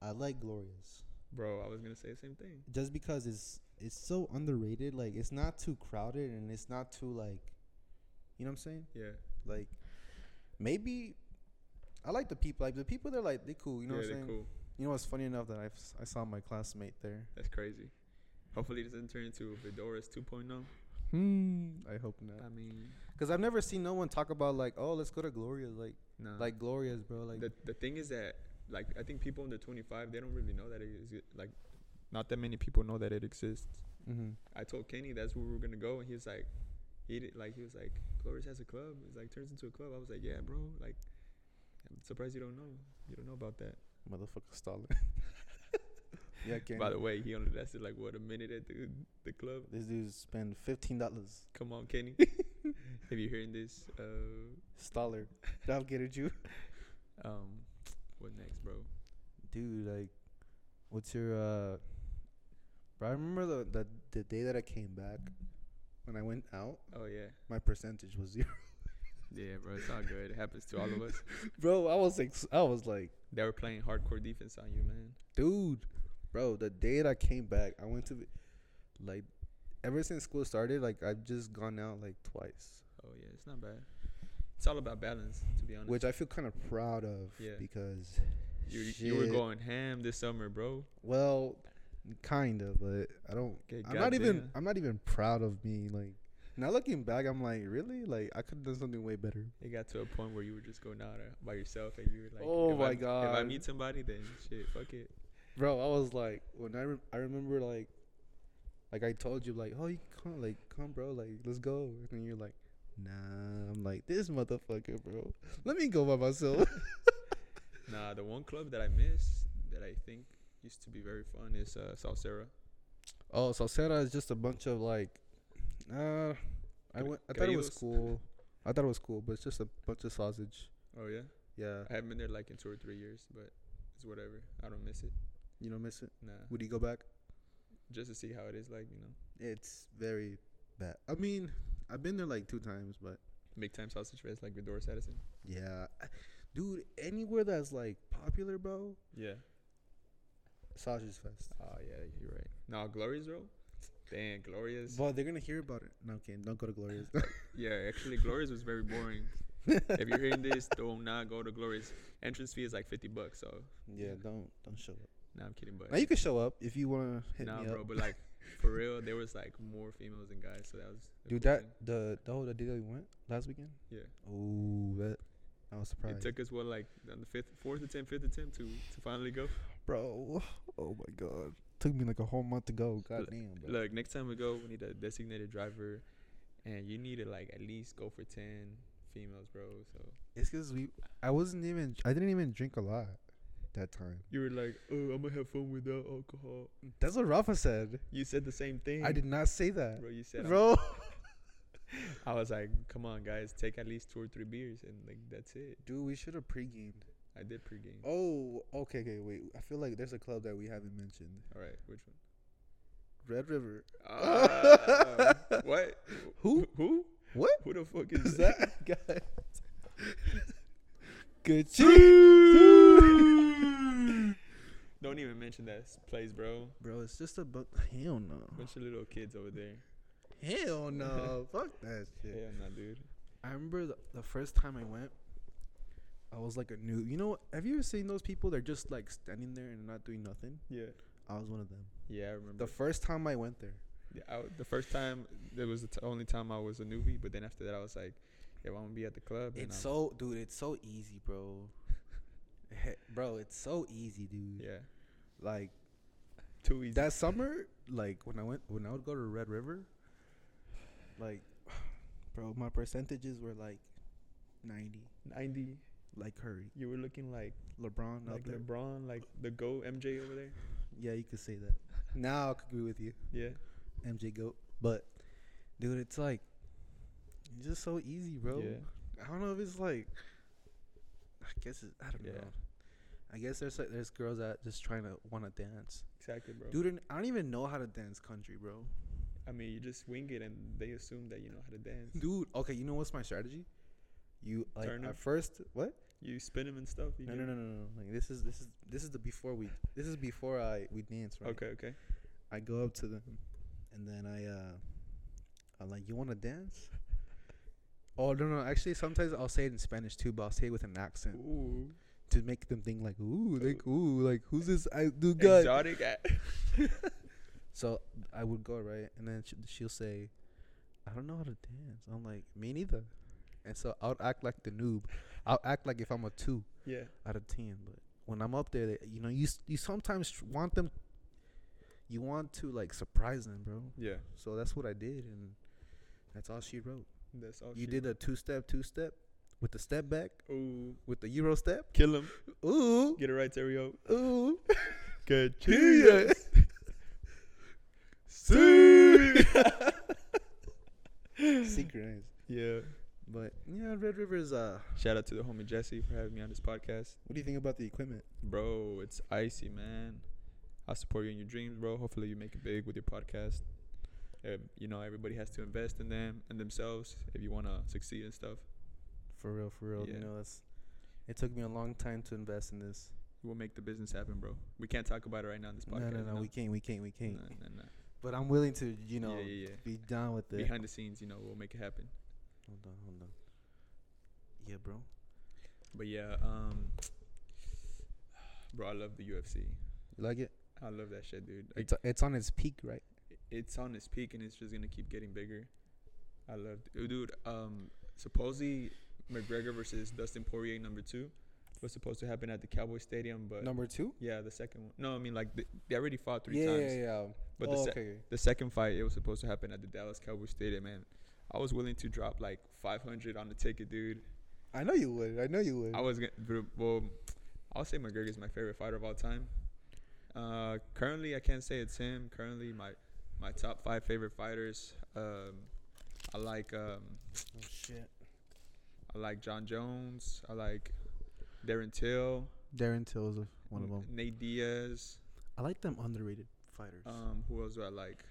Speaker 1: I like Glorious
Speaker 2: Bro, I was gonna say the same thing.
Speaker 1: just because it's it's so underrated. Like it's not too crowded, and it's not too like, you know what I'm saying?
Speaker 2: Yeah.
Speaker 1: Like maybe I like the people. Like the people, they're like they cool. You know
Speaker 2: yeah,
Speaker 1: what I'm
Speaker 2: they're
Speaker 1: saying?
Speaker 2: cool.
Speaker 1: You know what's funny enough that I I saw my classmate there.
Speaker 2: That's crazy. Hopefully this doesn't turn into a Vidoras 2.0.
Speaker 1: Hmm. I hope not.
Speaker 2: oh. I mean,
Speaker 1: Cause I've never seen no one talk about like, oh, let's go to Gloria's, like,
Speaker 2: nah.
Speaker 1: like Gloria's, bro, like,
Speaker 2: the the thing is that like I think people in the 25 they don't really know that it is like not that many people know that it exists.
Speaker 1: Mhm.
Speaker 2: I told Kenny that's where we were gonna go, and he was like, he did, like he was like, Glorious has a club. It's like turns into a club. I was like, yeah, bro. Like, I'm surprised you don't know. You don't know about that.
Speaker 1: motherfucker Stalin. yeah, Kenny.
Speaker 2: By the way, he only lasted like what a minute at the the club.
Speaker 1: this dude spent fifteen dollars.
Speaker 2: Come on, Kenny. if you're hearing this, uh,
Speaker 1: Staller, that'll get a Jew.
Speaker 2: um, what next, bro?
Speaker 1: Dude, like, what's your? uh Bro, I remember the, the the day that I came back, when I went out,
Speaker 2: Oh yeah,
Speaker 1: my percentage was zero.
Speaker 2: yeah, bro. It's all good. It happens to all of us.
Speaker 1: bro, I was like, I was like,
Speaker 2: They were playing hardcore defense on you, man.
Speaker 1: dude, bro, the day that I came back, I went to, the- like, ever since school started, like, I've just gone out like twice.
Speaker 2: Oh yeah, it's not bad. It's all about balance, to be honest.
Speaker 1: which I feel kind of proud of
Speaker 2: Yeah.
Speaker 1: because
Speaker 2: you, you were
Speaker 1: shit,
Speaker 2: going ham this summer, bro.
Speaker 1: well, kind of, but I don't.
Speaker 2: Okay,
Speaker 1: I'm not even.
Speaker 2: goddamn.
Speaker 1: I'm not even proud of me. Like now, looking back, I'm like, really? Like I could have done something way better.
Speaker 2: It got to a point where you were just going out uh, by yourself, and you were like,
Speaker 1: Oh
Speaker 2: if
Speaker 1: my
Speaker 2: I, If I
Speaker 1: God.
Speaker 2: meet somebody, then shit, fuck it."
Speaker 1: bro i was like when i, re- I remember like like i told you like oh you can come like come bro like let's go and you're like nah i'm like this motherfucker bro let me go by myself
Speaker 2: Nah, the one club that I miss that I think used to be very fun is uh, Salsera.
Speaker 1: oh salsera is just a bunch of like uh i
Speaker 2: Cre-
Speaker 1: went i thought it was
Speaker 2: criollos.
Speaker 1: cool i thought it was cool but it's just a bunch of sausage
Speaker 2: Oh yeah,
Speaker 1: yeah
Speaker 2: I haven't been there like in two or three years, but it's whatever. I don't miss it.
Speaker 1: you don't miss it
Speaker 2: Nah,
Speaker 1: would you go back
Speaker 2: just to see how it is like, you know,
Speaker 1: it's very bad i mean i've been there like two times but
Speaker 2: big time sausage fest like Vidor Addison.
Speaker 1: yeah dude anywhere that's like popular bro
Speaker 2: Yeah.
Speaker 1: sausage fest
Speaker 2: Oh yeah, you're right. Nah, Glorious, bro. Damn, Glorious.
Speaker 1: Well, they're gonna hear about it. No, okay, don't go to Glorious.
Speaker 2: Yeah, actually, Glorious was very boring. if you're hearing this, do not go to Glorious. Entrance fee is like fifty bucks. So,
Speaker 1: yeah, don't don't show up.
Speaker 2: nah, I'm kidding, but
Speaker 1: Now you can show up if you wanna hit
Speaker 2: nah,
Speaker 1: me
Speaker 2: bro.
Speaker 1: up,
Speaker 2: But like, for real, there was like more females than guys, so that was a
Speaker 1: dude.
Speaker 2: cool
Speaker 1: That
Speaker 2: thing.
Speaker 1: the the whole the day that we went last weekend.
Speaker 2: Yeah.
Speaker 1: Oh, that I was
Speaker 2: It
Speaker 1: surprised,
Speaker 2: took us what like on the fifth, fourth attempt, fifth attempt to to finally go.
Speaker 1: bro. Oh my god, took me like a whole month to go. God
Speaker 2: Look-
Speaker 1: damn, bro.
Speaker 2: Look, next time we go, we need a designated driver, and you need to like at least go for ten females, bro. So
Speaker 1: It's because we. I wasn't even. I didn't even drink a lot that time.
Speaker 2: you were like, oh, I'm gonna have fun without alcohol.
Speaker 1: That's what Rafa said.
Speaker 2: You said the same thing.
Speaker 1: I did not say that,
Speaker 2: Bro, you said, "I'm
Speaker 1: bro.
Speaker 2: I was like, come on, guys, take at least two or three beers, and like that's it.
Speaker 1: Dude, we should have pre-gamed.
Speaker 2: I did pregame.
Speaker 1: Oh, okay, okay, wait. I feel like there's a club that we haven't mentioned.
Speaker 2: All right, which one?
Speaker 1: Red River.
Speaker 2: Uh, what?
Speaker 1: Who?
Speaker 2: Who?
Speaker 1: What?
Speaker 2: Who the fuck is
Speaker 1: Is
Speaker 2: that?
Speaker 1: that guy? Good
Speaker 2: Don't even mention that s- place, bro.
Speaker 1: Bro, it's just a bu- hell no.
Speaker 2: Bunch of little kids over there.
Speaker 1: Hell no. Fuck that
Speaker 2: Yeah,
Speaker 1: shit.
Speaker 2: nah, dude.
Speaker 1: I remember the, the first time I went, I was like a new. You know, have you ever seen those people? They're just like standing there and not doing nothing.
Speaker 2: Yeah.
Speaker 1: I was one of them.
Speaker 2: Yeah, I remember.
Speaker 1: The first time I went there,
Speaker 2: Yeah, I w- the first time that was the t- only time I was a newbie, but then after that I was like, if I'm gonna be at the club, then
Speaker 4: It's
Speaker 2: I'm-
Speaker 4: so, dude. It's so easy, bro. bro, it's so easy, dude.
Speaker 2: yeah,
Speaker 1: like
Speaker 2: too easy.
Speaker 1: that summer, like when I went when I would go to Red River, like, bro, my percentages were like ninety,
Speaker 2: Ninety,
Speaker 1: like Curry,
Speaker 2: you were looking like
Speaker 1: LeBron, out
Speaker 2: like
Speaker 1: there.
Speaker 2: LeBron, like the go MJ over there.
Speaker 1: Yeah, you could say that. now I could agree with you,
Speaker 2: Yeah,
Speaker 1: MJ Goat. But dude, it's like it's just so easy, bro.
Speaker 2: yeah,
Speaker 1: I don't know if it's like. I guess it's, I don't
Speaker 2: Yeah.
Speaker 1: know. I guess there's like there's girls that just trying to want to dance,
Speaker 2: exactly, bro.
Speaker 1: dude. and I don't even know how to dance country, bro.
Speaker 2: I mean, you just wing it, and they assume that you know how to dance.
Speaker 1: Dude, okay, you know what's my strategy? You like
Speaker 2: Turn 'em.
Speaker 1: at first what?
Speaker 2: You spin them and stuff. You
Speaker 1: No,
Speaker 2: do-
Speaker 1: no, no, no, no. Like this is this is this is the before we this is before I we dance right.
Speaker 2: Okay, okay.
Speaker 1: I go up to them, and then I uh, I'm like, you want to dance? Oh no no! Actually, sometimes I'll say it in Spanish too, but I'll say it with an accent
Speaker 2: Ooh,
Speaker 1: to make them think like, ooh,
Speaker 2: Oh.
Speaker 1: like ooh, like who's this? I do good.
Speaker 2: exotic. a-
Speaker 1: So I would go right, and then she, she'll say, "I don't know how to dance." I'm like, "Me neither," and so I'll act like the noob. I'll act like if I'm a two
Speaker 2: yeah,
Speaker 1: out of ten, but when I'm up there, they, you know, you s- you sometimes tr- want them. You want to like surprise them, bro.
Speaker 2: yeah.
Speaker 1: So that's what I did, and that's all she wrote.
Speaker 2: That's all.
Speaker 1: you
Speaker 2: Oh, she
Speaker 1: did a two step, two step, with the step back,
Speaker 2: wrote. Ooh,
Speaker 1: with the euro step.
Speaker 2: kill him.
Speaker 1: Ooh,
Speaker 2: Get it right, Terrio.
Speaker 1: ooh.
Speaker 2: Good.
Speaker 1: Yeah.
Speaker 2: See.
Speaker 1: Synchronized.
Speaker 2: yeah.
Speaker 1: But yeah, Red River is uh.
Speaker 2: Shout out to the homie Jesse for having me on this podcast.
Speaker 1: What do you think about the equipment?
Speaker 2: Bro, it's icy, man. I support you in your dreams, bro. Hopefully you make it big with your podcast. Uh, you know, everybody has to invest in them and themselves if you want to succeed and stuff.
Speaker 1: For real, for real.
Speaker 2: Yeah.
Speaker 1: You know, it's it took me a long time to invest in this.
Speaker 2: We'll make the business happen, bro. We can't talk about it right now in this
Speaker 1: No,
Speaker 2: podcast.
Speaker 1: no, no, we can't, we can't, we can't.
Speaker 2: No, no, no.
Speaker 1: But I'm willing to, you know,
Speaker 2: yeah, yeah, yeah.
Speaker 1: be down with it.
Speaker 2: Behind the scenes, you know, we'll make it happen.
Speaker 1: Hold on, hold on. Yeah, bro.
Speaker 2: But yeah, um, bro, I love the UFC.
Speaker 1: You like it?
Speaker 2: I love that shit, dude. Like,
Speaker 1: It's it's on its peak, right?
Speaker 2: it's on its peak and it's just gonna keep getting bigger. I love, dude. Um, supposedly McGregor versus Dustin Poirier number two was supposed to happen at the Cowboy Stadium, but
Speaker 1: Number two.
Speaker 2: yeah, the second one. No, I mean like th- they already fought three
Speaker 1: yeah,
Speaker 2: times,
Speaker 1: yeah, yeah.
Speaker 2: but
Speaker 1: oh,
Speaker 2: the, se-
Speaker 1: okay. okay.
Speaker 2: the second fight it was supposed to happen at the Dallas Cowboy Stadium, and I was willing to drop like five hundred on the ticket, dude.
Speaker 1: I know you would. I know you would.
Speaker 2: I was gonna, bro- well, I'll say McGregor's my favorite fighter of all time. Uh, currently, I can't say it's him. Currently, my my top five favorite fighters. Um, I like um,
Speaker 1: oh shit.
Speaker 2: I like John Jones. I like Darren Till.
Speaker 1: Darren Till is one of them.
Speaker 2: Nate Diaz.
Speaker 1: I like them underrated fighters.
Speaker 2: Um, who else do I like?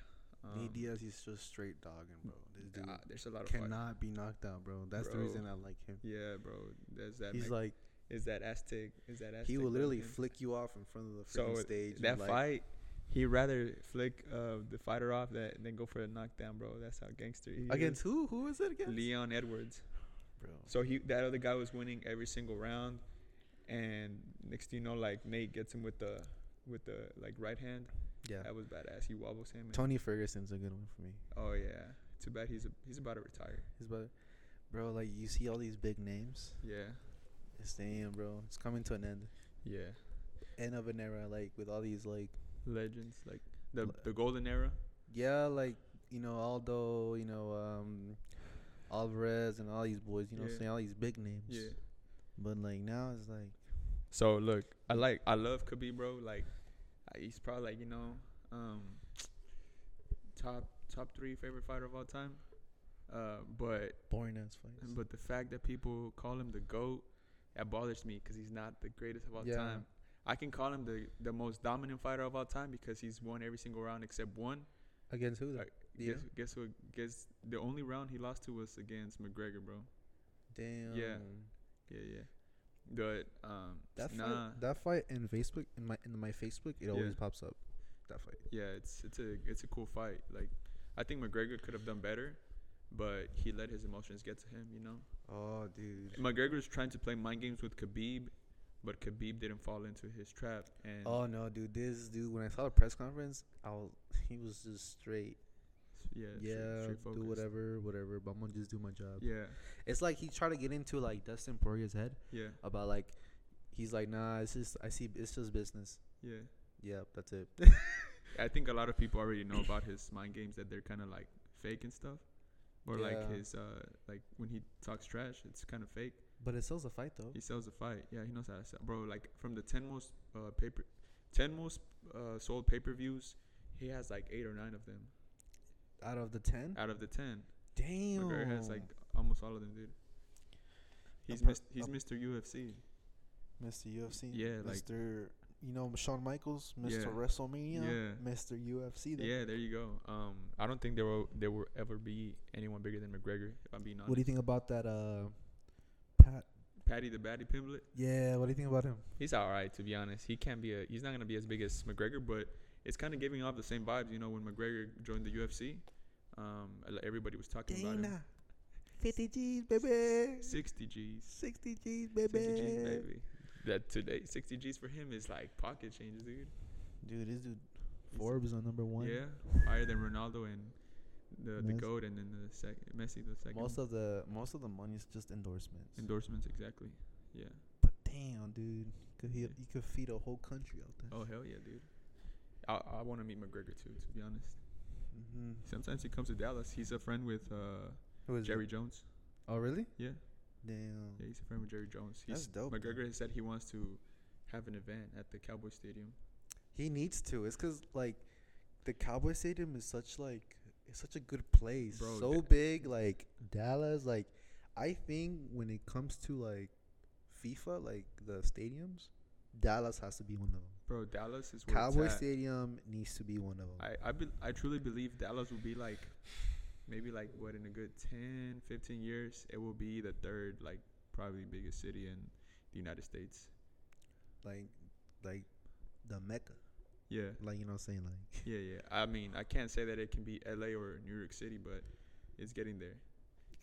Speaker 2: Um,
Speaker 1: Nate Diaz, he's just straight dogging, bro. This dude
Speaker 2: ah, there's a lot of fighters.
Speaker 1: cannot be knocked out, bro. That's the
Speaker 2: Bro.
Speaker 1: reason I like him.
Speaker 2: Yeah, bro. There's that.
Speaker 1: He's
Speaker 2: Mex-
Speaker 1: like.
Speaker 2: is that Aztec? Is that Aztec?
Speaker 1: He will
Speaker 2: brother
Speaker 1: literally
Speaker 2: again?
Speaker 1: flick you off in front of the
Speaker 2: So
Speaker 1: freaking stage. and,
Speaker 2: that
Speaker 1: like,
Speaker 2: fight, he rather flick uh, the fighter off that than go for a knockdown, bro. That's how gangster he
Speaker 1: against who? Who is it
Speaker 2: is.
Speaker 1: against?
Speaker 2: Leon Edwards.
Speaker 1: Bro.
Speaker 2: So he that other guy was winning every single round, and next thing you know, like Nate gets him with the with the like right hand.
Speaker 1: Yeah.
Speaker 2: That was badass. He wobbles him. and-
Speaker 1: Tony Ferguson's a good one for me.
Speaker 2: oh yeah. Too bad he's a, he's about to retire.
Speaker 1: His brother. Bro, like you see all these big names.
Speaker 2: Yeah.
Speaker 1: It's damn, bro. It's coming to an end.
Speaker 2: Yeah.
Speaker 1: End of an era, like with all these like
Speaker 2: Legends like the
Speaker 1: Le-
Speaker 2: the golden era.
Speaker 1: yeah, like you know Aldo, you know um Alvarez and all these boys, you know, what I'm
Speaker 2: Yeah.
Speaker 1: saying all these big names.
Speaker 2: Yeah.
Speaker 1: But like now it's like
Speaker 2: So look, I like I love Khabib, bro. Like I- he's probably like you know um, top top three favorite fighter of all time. Uh, but
Speaker 1: boring ass fights.
Speaker 2: but the fact that people call him the goat that bothers me because he's not the greatest of all
Speaker 1: Yeah.
Speaker 2: time. I can call him the the most dominant fighter of all time because he's won every single round except one.
Speaker 1: Against who? though?
Speaker 2: Like,
Speaker 1: Yeah.
Speaker 2: Guess guess what? Guess the only round he lost to was against McGregor, bro.
Speaker 1: Damn.
Speaker 2: Yeah, yeah. But um,
Speaker 1: That
Speaker 2: nah,
Speaker 1: fight, that fight in Facebook in my in my Facebook, it always pops up. That fight.
Speaker 2: yeah, it's it's a it's a cool fight. Like, I think McGregor could have done better, but he let his emotions get to him. You know,
Speaker 1: Oh, dude.
Speaker 2: McGregor's trying to play mind games with Khabib, but Khabib didn't fall into his trap. And
Speaker 1: Oh no, dude! This dude, when I saw the press conference, I was, he was just straight.
Speaker 2: yeah, straight-
Speaker 1: Yeah,
Speaker 2: straight
Speaker 1: do
Speaker 2: focus.
Speaker 1: whatever, whatever. But I'm gonna just do my job.
Speaker 2: Yeah,
Speaker 1: It's like he tried to get into like Dustin Poirier's head
Speaker 2: yeah,
Speaker 1: about like, he's like, nah, it's just I see it's just business.
Speaker 2: yeah.
Speaker 1: Yeah, that's it.
Speaker 2: I think a lot of people already know about his mind games that they're kind of like fake and stuff, or like
Speaker 1: Yeah.
Speaker 2: his uh like when he talks trash, it's kind of fake.
Speaker 1: But it sells a fight though.
Speaker 2: He sells a fight. Yeah, he knows how to sell, bro. Like from the ten most uh paper, ten most uh sold pay per views, he has like eight or nine of them
Speaker 1: Out of the ten,
Speaker 2: out of the ten.
Speaker 1: damn.
Speaker 2: McGregor has like almost all of them, dude. He's
Speaker 1: per-
Speaker 2: mis- he's
Speaker 1: a-
Speaker 2: Mr. UFC.
Speaker 4: Mr. UFC.
Speaker 2: Yeah,
Speaker 4: Mr.
Speaker 2: like-
Speaker 4: you know, Shawn Michaels, Mr.
Speaker 2: Yeah.
Speaker 4: WrestleMania,
Speaker 2: Yeah.
Speaker 4: Mr. UFC. Then.
Speaker 2: Yeah, there you go. Um, I don't think there will there will ever be anyone bigger than McGregor. If I'm being honest,
Speaker 4: What do you think about that, uh, Pat?
Speaker 2: Patty the Batty Pimblett,
Speaker 4: Yeah, what do you think about him?
Speaker 2: he's all right to be honest. He can't be a he's not gonna be as big as McGregor, but it's kind of giving off the same vibes. You know, when McGregor joined the UFC, um, like, everybody was talking about him.
Speaker 4: 50 G's, baby.
Speaker 2: Sixty G's,
Speaker 4: 60 G's,
Speaker 2: 60 G's, baby. That today, sixty G's for him is like pocket change, dude.
Speaker 4: Dude, this dude
Speaker 2: He's-
Speaker 4: Forbes on number one.
Speaker 2: Yeah, higher than Ronaldo and the the
Speaker 4: Messi.
Speaker 2: goat, and then the second Messi, the second.
Speaker 4: Most of the most of the money is just endorsements.
Speaker 2: endorsements exactly. Yeah.
Speaker 4: but damn, dude, could he
Speaker 2: Yeah.
Speaker 4: you could feed a whole country out there.
Speaker 2: Oh hell yeah, dude. I I want to meet McGregor too. To be honest,
Speaker 4: Mm-hmm.
Speaker 2: sometimes he comes to Dallas. He's a friend with uh,
Speaker 1: Who is it?
Speaker 2: Jerry Jones.
Speaker 1: Oh really?
Speaker 2: Yeah,
Speaker 4: Damn.
Speaker 2: yeah, he's a friend with Jerry Jones. He's
Speaker 4: That's dope. though.
Speaker 2: McGregor has said he wants to have an event at the Cowboy Stadium.
Speaker 1: He needs to. It's cause like, the Cowboy Stadium is such like it's such a good place.
Speaker 2: Bro,
Speaker 1: so
Speaker 2: da-
Speaker 1: big, like Dallas. Like, I think when it comes to like FIFA, like the stadiums, Dallas has to be one of them.
Speaker 2: Bro, Dallas is where
Speaker 1: Cowboy
Speaker 2: it's at.
Speaker 1: Stadium needs to be one of them.
Speaker 2: I I, be, I truly believe Dallas will be like maybe like what in a good 10, 15 years it will be the third like probably biggest city in the United States.
Speaker 1: like, like the Mecca.
Speaker 2: Yeah.
Speaker 1: Like you know, what I'm saying like
Speaker 2: Yeah, yeah. I mean, I can't say that it can be LA or New York City, but it's getting there.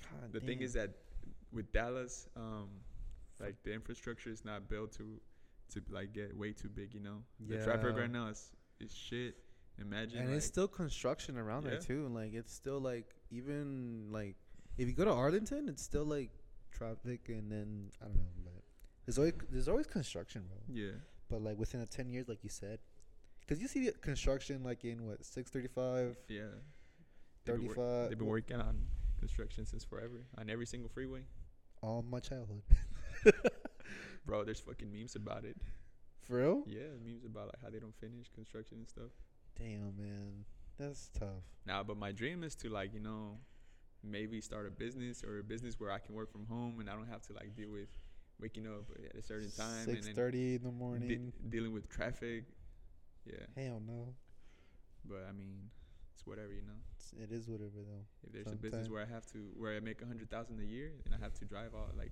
Speaker 1: God
Speaker 2: The thing
Speaker 1: damn.
Speaker 2: is that with Dallas, um, like the infrastructure is not built to to like get way too big, you know. The traffic
Speaker 1: Yeah.
Speaker 2: right now is is shit. Imagine
Speaker 1: and
Speaker 2: like,
Speaker 1: it's still construction around
Speaker 2: Yeah.
Speaker 1: there too and like it's still like even like if you go to arlington it's still like traffic and then i don't know but there's always there's always construction bro
Speaker 2: yeah,
Speaker 1: but like within a 10 years like you said because you see the construction like in what 635
Speaker 2: yeah. They've been, wor-
Speaker 1: 35
Speaker 2: they've been working on construction since forever on every single freeway,
Speaker 1: all my childhood
Speaker 2: bro. There's fucking memes about it.
Speaker 1: for real
Speaker 2: Yeah, memes about like how they don't finish construction and stuff.
Speaker 1: damn man that's tough
Speaker 2: Nah, but my dream is to like you know, maybe start a business or a business where I can work from home and I don't have to like deal with waking up at a certain time and
Speaker 1: six
Speaker 2: then
Speaker 1: thirty in the
Speaker 2: de-
Speaker 1: morning
Speaker 2: dealing with traffic. Yeah,
Speaker 1: hell no
Speaker 2: but I mean, it's whatever you know.
Speaker 1: It's- it is whatever though
Speaker 2: If there's a business
Speaker 1: Sometime.
Speaker 2: where I have to where I make a hundred thousand a year and I have to drive out like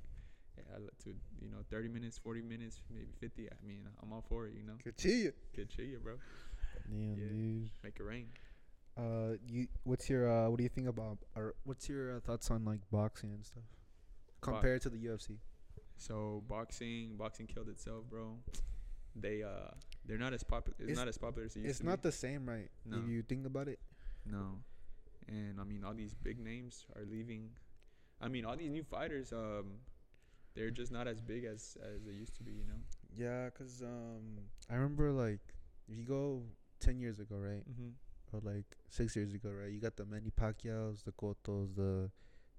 Speaker 2: yeah, I li- to you know thirty minutes, forty minutes, maybe fifty. I mean, I'm all for it. You know,
Speaker 1: good to you
Speaker 2: good shit, yeah, bro.
Speaker 1: damn
Speaker 2: Yeah.
Speaker 1: dude
Speaker 2: Make it rain.
Speaker 1: Uh, you what's your uh what do you think about or what's your uh, thoughts on like boxing and stuff compared to the UFC?
Speaker 2: So boxing, boxing killed itself, bro. They uh, they're not as popular. It's,
Speaker 1: It's-
Speaker 2: not as popular as it used
Speaker 1: It's
Speaker 2: to be.
Speaker 1: not the same, right?
Speaker 2: No.
Speaker 1: If you think about it,
Speaker 2: No. And I mean all these big names are leaving. I mean all these new fighters um they're just not as big as as they used to be, you know.
Speaker 1: yeah, cause um I remember like if you go ten years ago, right,
Speaker 2: Mhm.
Speaker 1: or like six years ago, right, you got the Manny Pacquiao's, the Cottos, the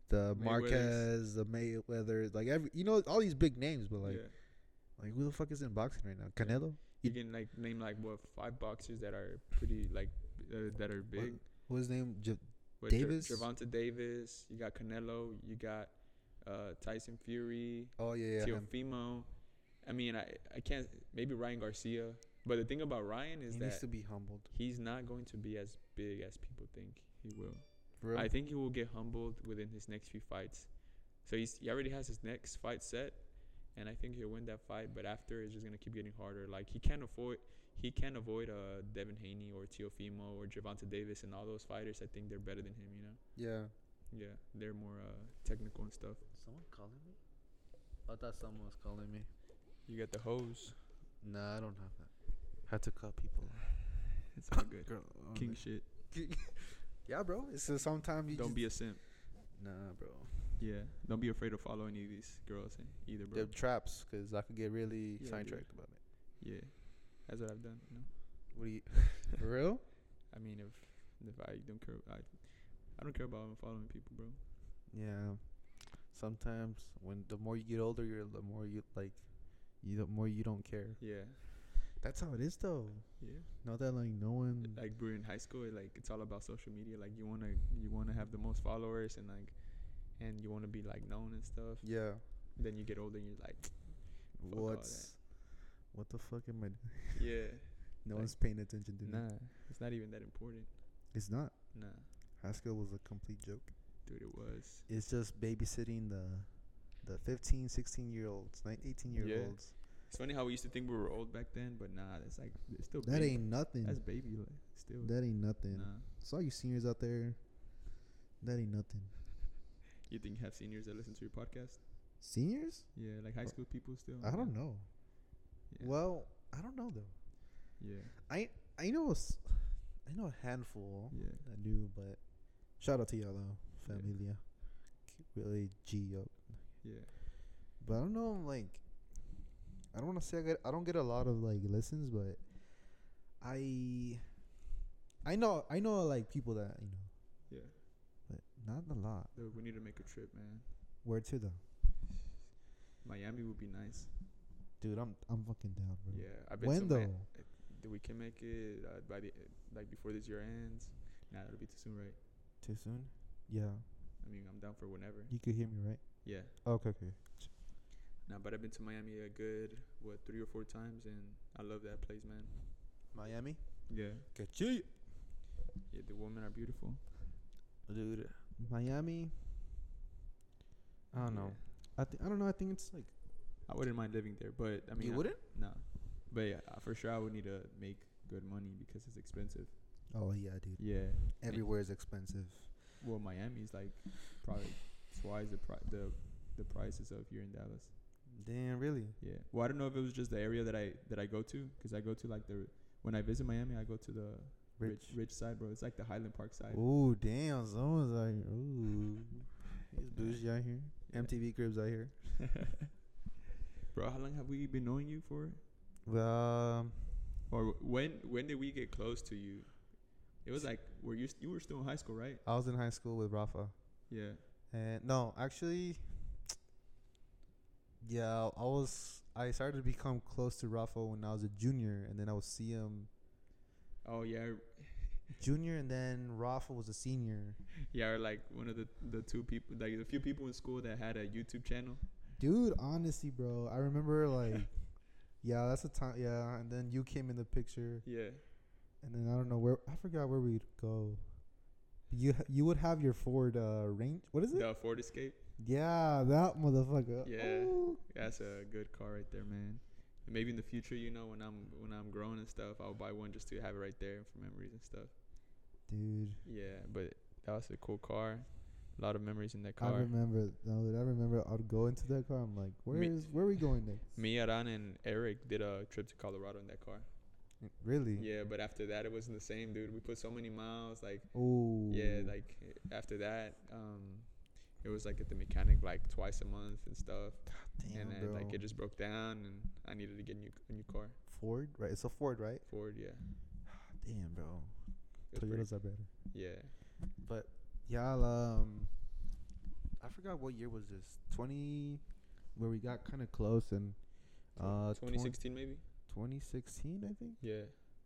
Speaker 1: the
Speaker 2: Mayweathers.
Speaker 1: Marquez, the Mayweather, like every you know all these big names, but like
Speaker 2: yeah.
Speaker 1: like who the fuck is in boxing right now? Canelo,
Speaker 2: You
Speaker 1: it-
Speaker 2: can like name like what five boxers that are pretty like uh, that are big.
Speaker 1: who is named? J-
Speaker 2: But Tra-
Speaker 1: Davis?
Speaker 2: Gervonta Davis, you got Canelo, you got uh Tyson Fury,
Speaker 1: oh yeah, yeah, him.
Speaker 2: Teofimo. I mean, I I can't maybe Ryan Garcia, but the thing about Ryan is
Speaker 1: he
Speaker 2: that
Speaker 1: needs to be humbled.
Speaker 2: he's not going to be as big as people think he will.
Speaker 1: For real.
Speaker 2: I think he will get humbled within his next few fights. So he's, he already has his next fight set, and I think he'll win that fight. But after, it's just gonna keep getting harder. Like he can't avoid he can't avoid uh, Devin Haney or Teofimo or Javante Davis and all those fighters. I think they're better than him. You know,
Speaker 1: yeah.
Speaker 2: yeah, they're more uh, technical and stuff.
Speaker 1: Someone calling me? I thought someone was calling me.
Speaker 2: You got the hose.
Speaker 1: Nah, I don't have that. Had to cut people.
Speaker 2: It's all good.
Speaker 1: Girl, oh,
Speaker 2: King shit.
Speaker 1: yeah, bro. It's uh, sometimes you
Speaker 2: Don't
Speaker 1: just-
Speaker 2: be a simp.
Speaker 1: nah, bro.
Speaker 2: Yeah. Don't be afraid to follow any of these girls eh, either, bro.
Speaker 1: They're traps, cause I could get
Speaker 2: Yeah,
Speaker 1: really
Speaker 2: dude.
Speaker 1: sidetracked about it.
Speaker 2: Yeah. That's what I've done. You know?
Speaker 1: What do you? For real?
Speaker 2: I mean, if if I don't care, I I don't care about following people, bro.
Speaker 1: Yeah. Sometimes when the more you get older, you're the more you like, you the more you don't care.
Speaker 2: Yeah.
Speaker 1: That's how it is though.
Speaker 2: Yeah.
Speaker 1: Not that like no one.
Speaker 2: like we're in high school it, like it's all about social media like you want to you want to have the most followers and like and you want to be like known and stuff
Speaker 1: yeah.
Speaker 2: then you get older and you're like all
Speaker 1: What's? What the fuck am I? doing?
Speaker 2: yeah
Speaker 1: No
Speaker 2: Like,
Speaker 1: one's paying attention to me.
Speaker 2: nah it's not even that important
Speaker 1: It's not.
Speaker 2: nah
Speaker 1: Haskell was a complete joke.
Speaker 2: dude it was
Speaker 1: It's just babysitting the, the 15, 16 year olds, 19, 18 year
Speaker 2: Yeah.
Speaker 1: olds.
Speaker 2: it's funny how we used to think we were old back then but nah it's like it's still
Speaker 4: That
Speaker 2: baby.
Speaker 4: ain't nothing.
Speaker 2: that's baby like, still
Speaker 4: that ain't nothing.
Speaker 2: nah
Speaker 4: It's all you seniors out there. That ain't nothing.
Speaker 2: you think you have seniors that listen to your podcast
Speaker 4: Seniors?
Speaker 2: yeah like high school people still
Speaker 4: Oh. I don't know.
Speaker 2: yeah.
Speaker 1: Well, I don't know though.
Speaker 2: yeah
Speaker 4: I know. a s- I know a handful
Speaker 2: yeah
Speaker 4: that do, but shout out to y'all though,
Speaker 2: Yeah.
Speaker 4: familia. Keep Really G up.
Speaker 2: yeah
Speaker 4: But I don't know, like, I don't want to say I get, I don't get a lot of like listens, but I, I know, I know like people that you know,
Speaker 2: yeah
Speaker 4: but not a lot.
Speaker 2: Dude, we need to make a trip man
Speaker 4: Where to though,
Speaker 2: miami would be nice
Speaker 4: dude? I'm I'm fucking down, bro.
Speaker 2: Yeah, I've been
Speaker 4: when
Speaker 2: to
Speaker 4: though?
Speaker 2: Ma- that we can make it uh, by the like before this year ends. Nah, it'll be too soon, right?
Speaker 4: Too soon? Yeah,
Speaker 2: I mean, I'm down for whenever.
Speaker 4: you could hear me, right? Oh,
Speaker 2: Yeah.
Speaker 4: Okay, okay.
Speaker 2: Nah, but I've been to Miami a good what three or four times, and I love that place, man.
Speaker 1: Miami.
Speaker 2: Yeah.
Speaker 1: Kachi.
Speaker 2: Yeah, the women are beautiful.
Speaker 1: Dude, Miami. I don't know. I think I don't know. I think it's like
Speaker 2: I wouldn't mind living there, but I mean,
Speaker 1: you
Speaker 2: I-
Speaker 1: wouldn't.
Speaker 2: Nah, but yeah, uh, for sure I would need to make good money because it's expensive.
Speaker 4: Oh yeah, dude.
Speaker 2: Yeah.
Speaker 4: Everywhere is expensive.
Speaker 2: Well, Miami's like probably twice the pri- the the prices of here in Dallas.
Speaker 1: Damn, really?
Speaker 2: Yeah. Well, I don't know if it was just the area that I that I go to because I go to like the when I visit Miami, I go to the rich
Speaker 4: Rich.
Speaker 2: rich, side, bro. It's like the Highland Park side.
Speaker 4: Ooh, damn. Someone's like, ooh, he's bougie out here.
Speaker 2: Yeah.
Speaker 4: MTV cribs out here.
Speaker 2: bro, how long have we been knowing you for?
Speaker 4: Um,
Speaker 2: Or when when did we get close to you? It was like were you st- you were still in high school, right?
Speaker 4: I was in high school with Rafa.
Speaker 2: Yeah.
Speaker 4: And no, actually, yeah, I was. I started to become close to Rafa when I was a junior, and then I would see him
Speaker 2: Oh yeah,
Speaker 4: junior, and then Rafa was a senior.
Speaker 2: yeah. Or like one of the the two people, like the few people in school that had a YouTube channel.
Speaker 4: Dude, honestly, bro, I remember like, yeah, that's the time. Yeah, and then you came in the picture,
Speaker 2: Yeah.
Speaker 4: and then I don't know where. I forgot where we'd go. You ha- you would have your Ford uh, range. What is it?
Speaker 2: The Ford Escape.
Speaker 4: Yeah, that motherfucker.
Speaker 2: Yeah.
Speaker 4: Ooh.
Speaker 2: That's a good car right there, man. And maybe in the future, you know, when I'm when I'm grown and stuff, I'll buy one just to have it right there for memories and stuff.
Speaker 4: dude.
Speaker 2: Yeah, but that was a cool car. A lot of memories in that
Speaker 4: I
Speaker 2: car.
Speaker 4: remember. No, dude, I remember. I'd go into that car. I'm like, where
Speaker 2: Me-
Speaker 4: is where are we going next?
Speaker 2: Me, Aran, and Eric did a trip to Colorado in that car.
Speaker 4: Really?
Speaker 2: Yeah, but after that, it wasn't the same, dude. We put so many miles. Like,
Speaker 4: Oh.
Speaker 2: yeah, like after that, um, it was like at the mechanic like twice a month and stuff.
Speaker 4: damn,
Speaker 2: and then,
Speaker 4: bro.
Speaker 2: like it just broke down, and I needed to get a new a new car.
Speaker 4: Ford, right? It's a Ford, right?
Speaker 2: Ford, yeah.
Speaker 4: Damn, bro.
Speaker 2: It was pretty-
Speaker 4: Toyotas are better.
Speaker 2: yeah.
Speaker 1: But y'all, um, I forgot what year was this? Twenty, where we got kind of close and uh, twen-
Speaker 2: 2016 maybe.
Speaker 1: 2016, I think.
Speaker 2: Yeah.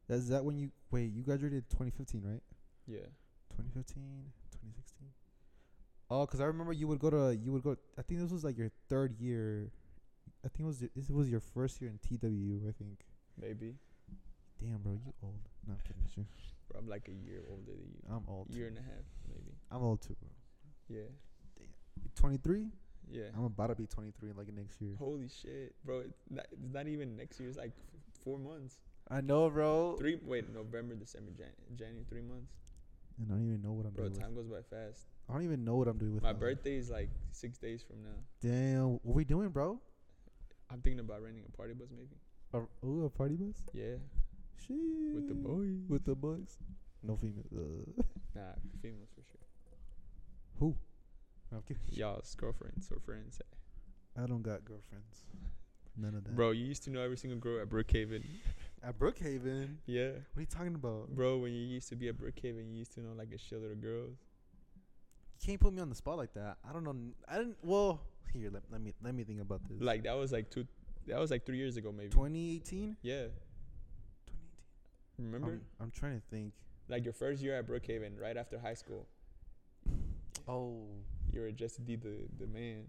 Speaker 1: That's that when you wait. You graduated 2015, right?
Speaker 2: Yeah.
Speaker 1: 2015, 2016. Oh, cause I remember you would go to you would go. I think this was like your third year. I think it was your- this was your first year in TW. I think.
Speaker 2: Maybe.
Speaker 1: Damn, bro, you old. No, I'm kidding with you.
Speaker 2: Bro, I'm like a year older than you.
Speaker 1: I'm old.
Speaker 2: year
Speaker 1: too.
Speaker 2: and a half, maybe.
Speaker 1: I'm old too, bro.
Speaker 2: Yeah.
Speaker 1: You 23?
Speaker 2: Yeah.
Speaker 1: I'm about to be 23 like next year.
Speaker 2: Holy shit, bro! It's not, it's not even next year. It's like f- four months.
Speaker 1: I know, bro.
Speaker 2: Three. Wait, November, December, Jan- January. Three months.
Speaker 1: And I don't even know what I'm
Speaker 2: Bro,
Speaker 1: doing. With.
Speaker 2: time goes by fast.
Speaker 1: I don't even know what I'm doing with
Speaker 2: My
Speaker 1: life.
Speaker 2: birthday is like six days from now.
Speaker 1: Damn, what we doing, bro?
Speaker 2: I'm thinking about renting a party bus, maybe.
Speaker 1: A, ooh, a party bus?
Speaker 2: Yeah,
Speaker 1: Shit.
Speaker 2: with the boys.
Speaker 1: With the boys? No female. Uh,
Speaker 2: Nah, females for sure.
Speaker 1: who? No, I'm kidding.
Speaker 2: Y'all's girlfriends or friends.
Speaker 1: I don't got girlfriends. None of that.
Speaker 2: Bro, you used to know every single girl at Brookhaven.
Speaker 1: At Brookhaven?
Speaker 2: Yeah.
Speaker 1: What are you talking about?
Speaker 2: Bro, when you used to be at Brookhaven, you used to know like a shit little girls.
Speaker 1: You can't put me on the spot like that. I don't know. n- I didn't. Well, here, let, let me let me think about this.
Speaker 2: Like that was like two, that was like three years ago maybe.
Speaker 1: 2018?
Speaker 2: Yeah,
Speaker 1: 2018.
Speaker 2: remember?
Speaker 1: I'm, I'm trying to think.
Speaker 2: like your first year at Brookhaven, right after high school,
Speaker 1: Oh,
Speaker 2: you were just the the, the man.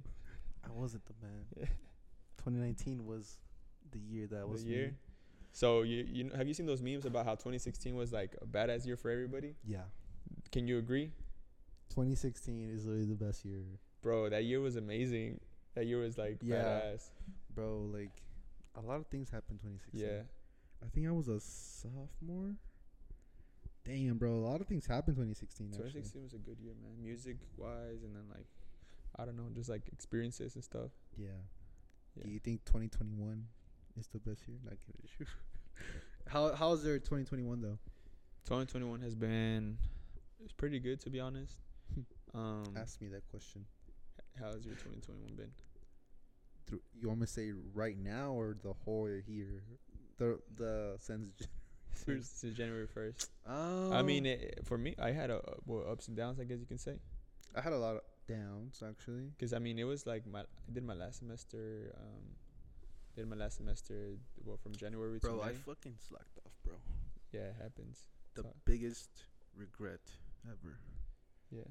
Speaker 1: I wasn't the man.
Speaker 2: Yeah.
Speaker 1: 2019 was the year that was
Speaker 2: the
Speaker 1: me.
Speaker 2: year. So you you know, have you seen those memes about how 2016 was like a badass year for everybody?
Speaker 1: Yeah.
Speaker 2: Can you agree,
Speaker 1: 2016 is literally the best year,
Speaker 2: bro? That year was amazing. That year was like
Speaker 1: Yeah.
Speaker 2: badass.
Speaker 1: bro. Like, a lot of things happened 2016.
Speaker 2: Yeah,
Speaker 1: I think I was a sophomore. Damn, bro. A lot of things happened 2016. Actually.
Speaker 2: 2016 was a good year, man. Music wise, and then like I don't know, just like experiences and stuff.
Speaker 1: Yeah.
Speaker 2: Yeah.
Speaker 1: Do you think 2021 is the best year? Not kidding. How how's their 2021 though?
Speaker 2: 2021 has been it's pretty good to be honest. Um,
Speaker 1: Ask me that question.
Speaker 2: how's your 2021 been?
Speaker 1: Thro- You want me to say right now or the whole year? The the sense.
Speaker 2: First Oh. since January 1st.
Speaker 1: Um,
Speaker 2: I mean, it, for me, I had a uh, well, ups and downs, I guess you can say.
Speaker 1: I had a lot of downs actually.
Speaker 2: Because I mean, it was like my I did my last semester. Um, did my last semester well from January to May.
Speaker 1: fucking slacked off, bro.
Speaker 2: yeah, it happens.
Speaker 1: The
Speaker 2: Sorry.
Speaker 1: biggest regret ever.
Speaker 2: Yeah.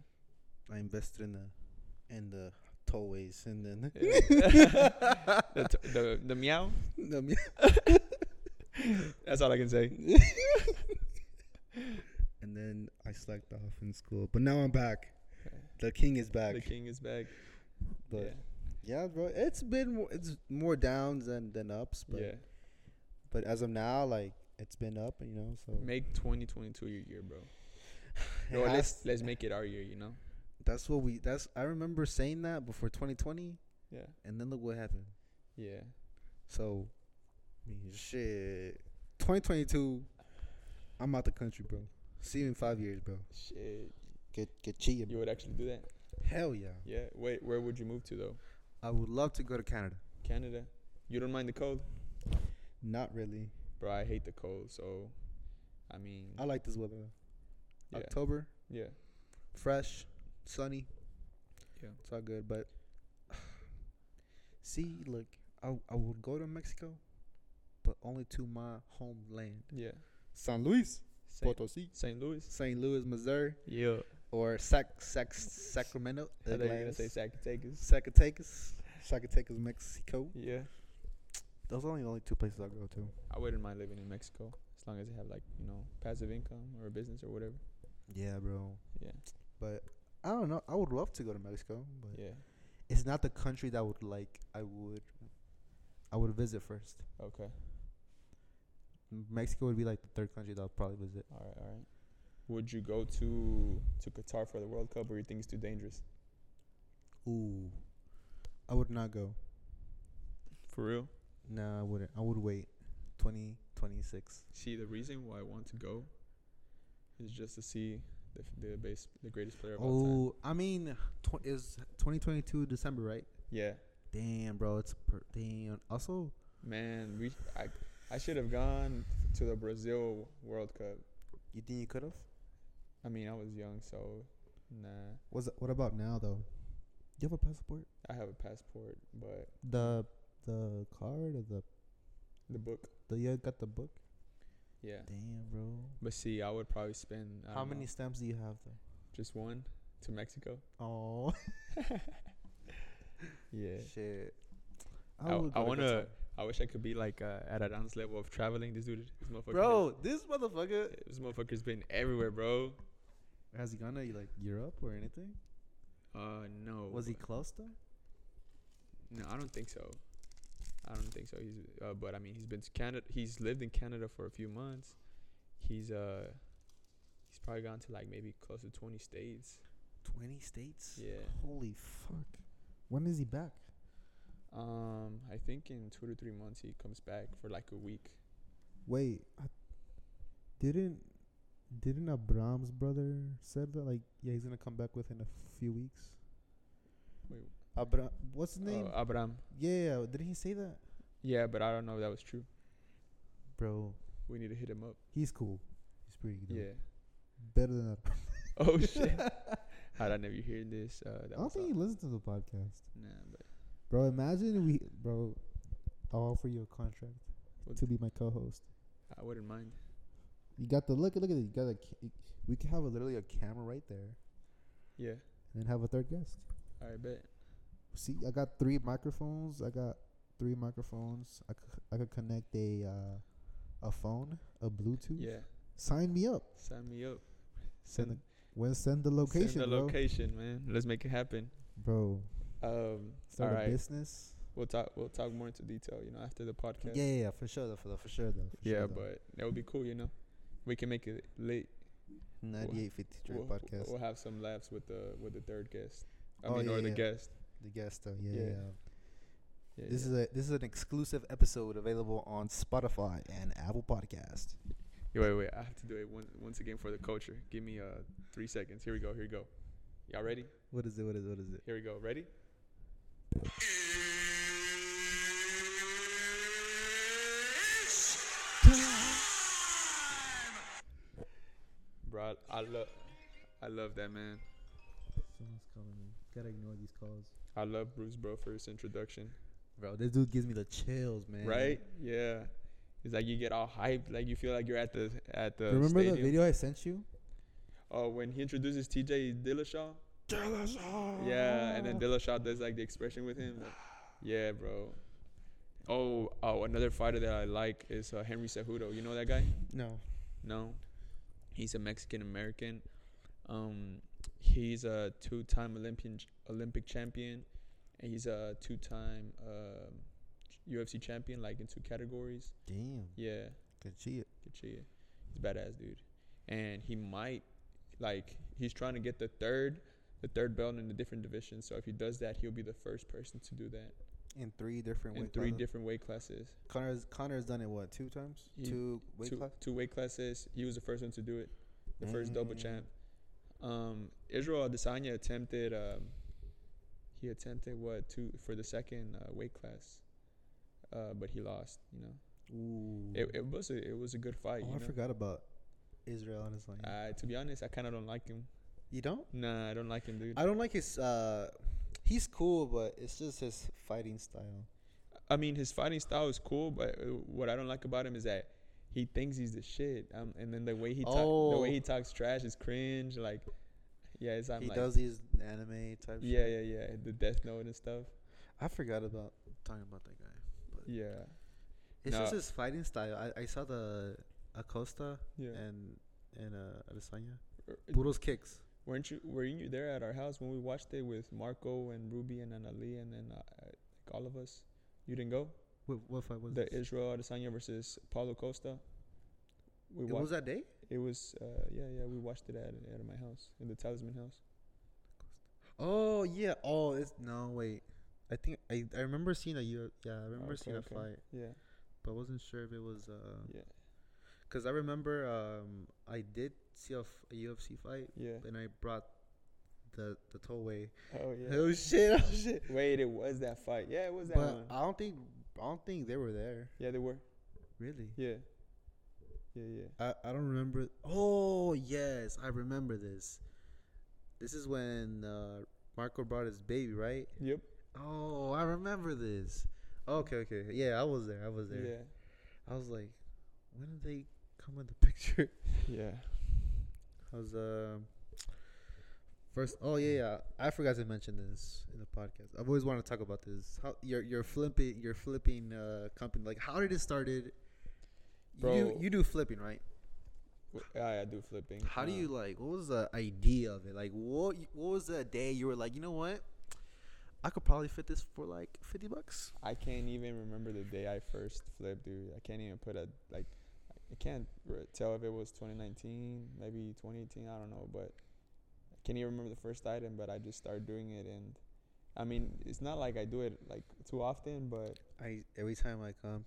Speaker 1: I invested in the in the tollways and then
Speaker 2: Yeah. the, t- the the meow.
Speaker 1: the
Speaker 2: That's all I can say.
Speaker 1: and then I slacked off in school. But now I'm back.
Speaker 2: Okay.
Speaker 1: The king is back.
Speaker 2: The king is back.
Speaker 1: But yeah. bro, it's been more, it's more downs than than ups.
Speaker 2: yeah.
Speaker 1: But
Speaker 2: yeah.
Speaker 1: but as of now, like it's been up, you know. So
Speaker 2: Make 2022 your year, bro.
Speaker 1: It
Speaker 2: Or
Speaker 1: has-
Speaker 2: let's let's make it our year. You know.
Speaker 1: that's what we. That's I remember saying that before 2020,
Speaker 2: Yeah.
Speaker 1: and then look what happened.
Speaker 2: Yeah.
Speaker 1: So shit, 2022, I'm out the country, bro. See you in five years, bro.
Speaker 2: Shit.
Speaker 1: Get get chia,
Speaker 2: You
Speaker 1: bro.
Speaker 2: would actually do that.
Speaker 1: Hell yeah.
Speaker 2: Yeah. Wait, where would you move to though?
Speaker 1: I would love to go to Canada.
Speaker 2: Canada. You don't mind the cold?
Speaker 1: Not really.
Speaker 2: Bro, I hate the cold, so I mean
Speaker 1: I like this weather.
Speaker 2: yeah.
Speaker 1: October,
Speaker 2: Yeah.
Speaker 1: fresh, sunny.
Speaker 2: Yeah.
Speaker 1: It's all good, but see, look, I I would go to Mexico, but only to my homeland,
Speaker 2: Yeah.
Speaker 1: San Luis
Speaker 2: Saint,
Speaker 1: Potosi,
Speaker 2: Saint Louis.
Speaker 1: St. Louis, Missouri,
Speaker 2: Yeah.
Speaker 1: or Sac Sac Sacramento,
Speaker 2: I thought you were gonna
Speaker 1: Atlantis,
Speaker 2: say Zacatecas.
Speaker 1: Zacatecas, Zacatecas, Mexico.
Speaker 2: Yeah.
Speaker 1: Those are only the only two places I go to.
Speaker 2: I wouldn't mind living in Mexico as long as they have like, you know, passive income or a business or whatever.
Speaker 1: Yeah, bro.
Speaker 2: Yeah.
Speaker 1: But I don't know. I would love to go to Mexico, but
Speaker 2: Yeah.
Speaker 1: it's not the country that would like I would I would visit first.
Speaker 2: Okay.
Speaker 1: Mexico would be like the third country that I'll probably visit.
Speaker 2: All right, all right. Would you go to to Qatar for the World Cup or you think it's too dangerous?
Speaker 1: Ooh. I would not go.
Speaker 2: For real?
Speaker 1: No, I wouldn't. I would wait. Twenty twenty six.
Speaker 2: See, the reason why I want to go is just to see the f- the base the greatest player of all time.
Speaker 1: Oh, I mean, tw- is twenty twenty two December right?
Speaker 2: Yeah.
Speaker 1: Damn, bro, it's per- damn. Also,
Speaker 2: Man, we I I should have gone to the Brazil World Cup.
Speaker 1: you think you could have?
Speaker 2: I mean, I was young, so nah.
Speaker 1: Was what about now though? Do you have a passport?
Speaker 2: I have a passport, but
Speaker 1: The the card or the
Speaker 2: the book,
Speaker 1: the you got the book?
Speaker 2: yeah.
Speaker 1: Damn, bro.
Speaker 2: But see, I would probably spend I
Speaker 1: How
Speaker 2: don't
Speaker 1: many
Speaker 2: know,
Speaker 1: stamps do you have though?
Speaker 2: Just one to Mexico.
Speaker 1: Oh
Speaker 2: Yeah.
Speaker 1: shit.
Speaker 2: I,
Speaker 1: would
Speaker 2: I
Speaker 1: go
Speaker 2: want to.
Speaker 1: Qatar.
Speaker 2: I wish I could be like uh, at Adan's level of traveling. This dude, this motherfucker,
Speaker 1: Bro, this motherfucker
Speaker 2: this motherfucker's been everywhere, bro.
Speaker 1: has he gone to like Europe or anything?
Speaker 2: Uh, no.
Speaker 1: Was he
Speaker 2: but-
Speaker 1: close though?
Speaker 2: No, I don't think so. I don't think so. He's, uh, but I mean, he's been to Canada. He's lived in Canada for a few months. He's uh, he's probably gone to like maybe close to twenty states.
Speaker 1: Twenty states.
Speaker 2: Yeah.
Speaker 1: Holy fuck. When is he back?
Speaker 2: Um, I think in two to three months he comes back for like a week.
Speaker 1: Wait, I, didn't didn't Abram's brother said that like yeah he's gonna come back within a few weeks?
Speaker 2: Wait,
Speaker 1: Abra, what's his name?
Speaker 2: uh, Abraham.
Speaker 1: yeah, didn't he say that,
Speaker 2: Yeah, but I don't know if that was true.
Speaker 1: bro?
Speaker 2: We need to hit him up.
Speaker 1: He's cool. He's pretty good.
Speaker 2: Yeah.
Speaker 1: better than that.
Speaker 2: Oh shit. How'd I never hear this? Uh, that
Speaker 1: I don't
Speaker 2: was
Speaker 1: think he
Speaker 2: all-
Speaker 1: listens to the podcast,
Speaker 2: Nah, but
Speaker 1: bro. Imagine we, bro. I'll offer you a contract
Speaker 2: What
Speaker 1: to be my co-host.
Speaker 2: I wouldn't mind.
Speaker 1: You got the look. Look at it. You got a. ca- We could have a, literally a camera right there,
Speaker 2: Yeah.
Speaker 1: and then have a third guest.
Speaker 2: I bet.
Speaker 1: See, I got three microphones. I got three microphones. I could, I could connect a uh, a phone, a Bluetooth.
Speaker 2: Yeah.
Speaker 1: Sign me up.
Speaker 2: Sign me up.
Speaker 1: Send the when send the
Speaker 2: send
Speaker 1: location,
Speaker 2: the
Speaker 1: bro.
Speaker 2: location, man. Let's make it happen.
Speaker 1: bro,
Speaker 2: Um.
Speaker 1: start
Speaker 2: all
Speaker 1: a
Speaker 2: right.
Speaker 1: business.
Speaker 2: We'll talk. We'll talk more into detail. You know, after the podcast.
Speaker 1: Yeah, yeah, yeah, for sure though. For, the, for sure though. for
Speaker 2: Yeah,
Speaker 1: sure, though.
Speaker 2: but that would be cool. You know, we can make it late.
Speaker 1: 9850 Drink
Speaker 2: We'll,
Speaker 1: podcast.
Speaker 2: we'll have some laughs with the with the third guest. I
Speaker 1: Oh,
Speaker 2: mean,
Speaker 1: yeah,
Speaker 2: or the
Speaker 1: yeah.
Speaker 2: guest.
Speaker 1: the guest though. Yeah,
Speaker 2: Yeah.
Speaker 1: yeah.
Speaker 2: Yeah,
Speaker 1: This
Speaker 2: yeah.
Speaker 1: is a this is an exclusive episode available on Spotify and Apple Podcast.
Speaker 2: Yeah, wait, wait. I have to do it one, once again for the culture. Give me uh three seconds. Here we go. Here we go. Y'all ready?
Speaker 1: What is it? What is it? What is it?
Speaker 2: Here we go. Ready? Bro, I, I love, I love that man.
Speaker 1: Someone's calling me. Gotta ignore these calls.
Speaker 2: I love Bruce Bro for his introduction.
Speaker 1: Bro, this dude gives me the chills, man.
Speaker 2: Right? Yeah. It's like you get all hyped, like you feel like you're at the at the
Speaker 1: Remember
Speaker 2: stadium.
Speaker 1: the video I sent you?
Speaker 2: Oh, when he introduces TJ Dillashaw. Dillashaw. Yeah, and then Dillashaw does like the expression with him. like, yeah, bro. Oh, oh, another fighter that I like is uh, Henry Cejudo. You know that guy?
Speaker 1: No.
Speaker 2: No, he's a Mexican American. Um, he's a two-time Olympian Olympic champion, and he's a two-time um, UFC champion, like in two categories.
Speaker 1: Damn.
Speaker 2: Yeah.
Speaker 1: Good shit.
Speaker 2: Good shit. He's a badass dude. And he might like he's trying to get the third the third belt in a different division. So if he does that, he'll be the first person to do that
Speaker 1: In three different
Speaker 2: in
Speaker 1: weight
Speaker 2: three
Speaker 1: classes.
Speaker 2: different weight classes.
Speaker 1: Connor's Connor's done it what two times?
Speaker 2: He-
Speaker 1: two weight
Speaker 2: two,
Speaker 1: classes.
Speaker 2: two weight classes. He was the first one to do it. The first
Speaker 1: Mm.
Speaker 2: double champ. Um, Israel Adesanya attempted um, he attempted what two for the second uh, weight class. Uh, but he lost, you know.
Speaker 1: Ooh.
Speaker 2: It, it was a it was a good fight.
Speaker 1: oh,
Speaker 2: you
Speaker 1: I
Speaker 2: know?
Speaker 1: forgot about Israel and his line.
Speaker 2: Uh, to be honest, I kind of don't like him.
Speaker 1: you don't?
Speaker 2: Nah, I don't like him, dude.
Speaker 1: I don't like his. uh He's cool, but it's just his fighting style.
Speaker 2: I mean, his fighting style is cool, but uh, what I don't like about him is that he thinks he's the shit. Um, and then the way he talk, the way
Speaker 1: Oh.
Speaker 2: he talks trash is cringe. Like, yeah, it's I'm
Speaker 1: he
Speaker 2: like,
Speaker 1: does these anime type.
Speaker 2: yeah,
Speaker 1: shit.
Speaker 2: yeah, yeah, the Death Note and stuff.
Speaker 1: I forgot about talking about that guy.
Speaker 2: Yeah,
Speaker 1: It's just
Speaker 2: No.
Speaker 1: his fighting style. I, I saw the Acosta
Speaker 2: yeah.
Speaker 1: and and uh, Adesanya.
Speaker 2: Uh,
Speaker 1: Budo's kicks.
Speaker 2: Weren't you weren't you there at our house when we watched it with Marco and Ruby and Anali and then uh, uh, like all of us? You didn't go.
Speaker 1: What, what fight was
Speaker 2: The
Speaker 1: this?
Speaker 2: Israel Adesanya versus Paulo Costa. We
Speaker 1: It was
Speaker 2: watched.
Speaker 1: that day.
Speaker 2: It was. Uh, yeah, yeah. We watched it at at my house in the Talisman house.
Speaker 1: Oh yeah. Oh, it's no wait. I think I, I remember seeing a U- yeah I remember
Speaker 2: Okay,
Speaker 1: seeing
Speaker 2: Oh, okay.
Speaker 1: a fight,
Speaker 2: Yeah,
Speaker 1: but I wasn't sure if it was uh
Speaker 2: yeah,
Speaker 1: because I remember um I did see a, f- a UFC fight
Speaker 2: yeah.
Speaker 1: and I brought the the tollway.
Speaker 2: Oh yeah.
Speaker 1: Oh shit! Oh shit!
Speaker 2: Wait, it was that fight. Yeah, it was that
Speaker 1: But
Speaker 2: one.
Speaker 1: I don't think I don't think they were there
Speaker 2: Yeah, they were.
Speaker 1: really.
Speaker 2: Yeah. Yeah, yeah.
Speaker 1: I, I don't remember. Oh yes, I remember this. This is when uh, Marco brought his baby, right?
Speaker 2: Yep.
Speaker 1: Oh, I remember this. Okay, okay, yeah, I was there. I was there.
Speaker 2: Yeah.
Speaker 1: I was like, when did they come in the picture?
Speaker 2: Yeah.
Speaker 1: I was um first. Oh yeah, yeah. I forgot to mention this in the podcast. I've always wanted to talk about this. How your your flipping your flipping uh, company? Like, how did it started? You
Speaker 2: Bro.
Speaker 1: do, you do flipping, right?
Speaker 2: W- I, I do flipping.
Speaker 1: How do
Speaker 2: Uh,
Speaker 1: you like? What was the idea of it? Like, what what was the day you were like, you know what? I could probably fit this for like fifty bucks.
Speaker 2: I can't even remember the day I first flipped, dude. I can't even put a like. I can't re- tell if it was 2019, maybe 2018. I don't know, but I can't even remember the first item. But I just started doing it, and I mean, it's not like I do it like too often, but
Speaker 1: I every time I come,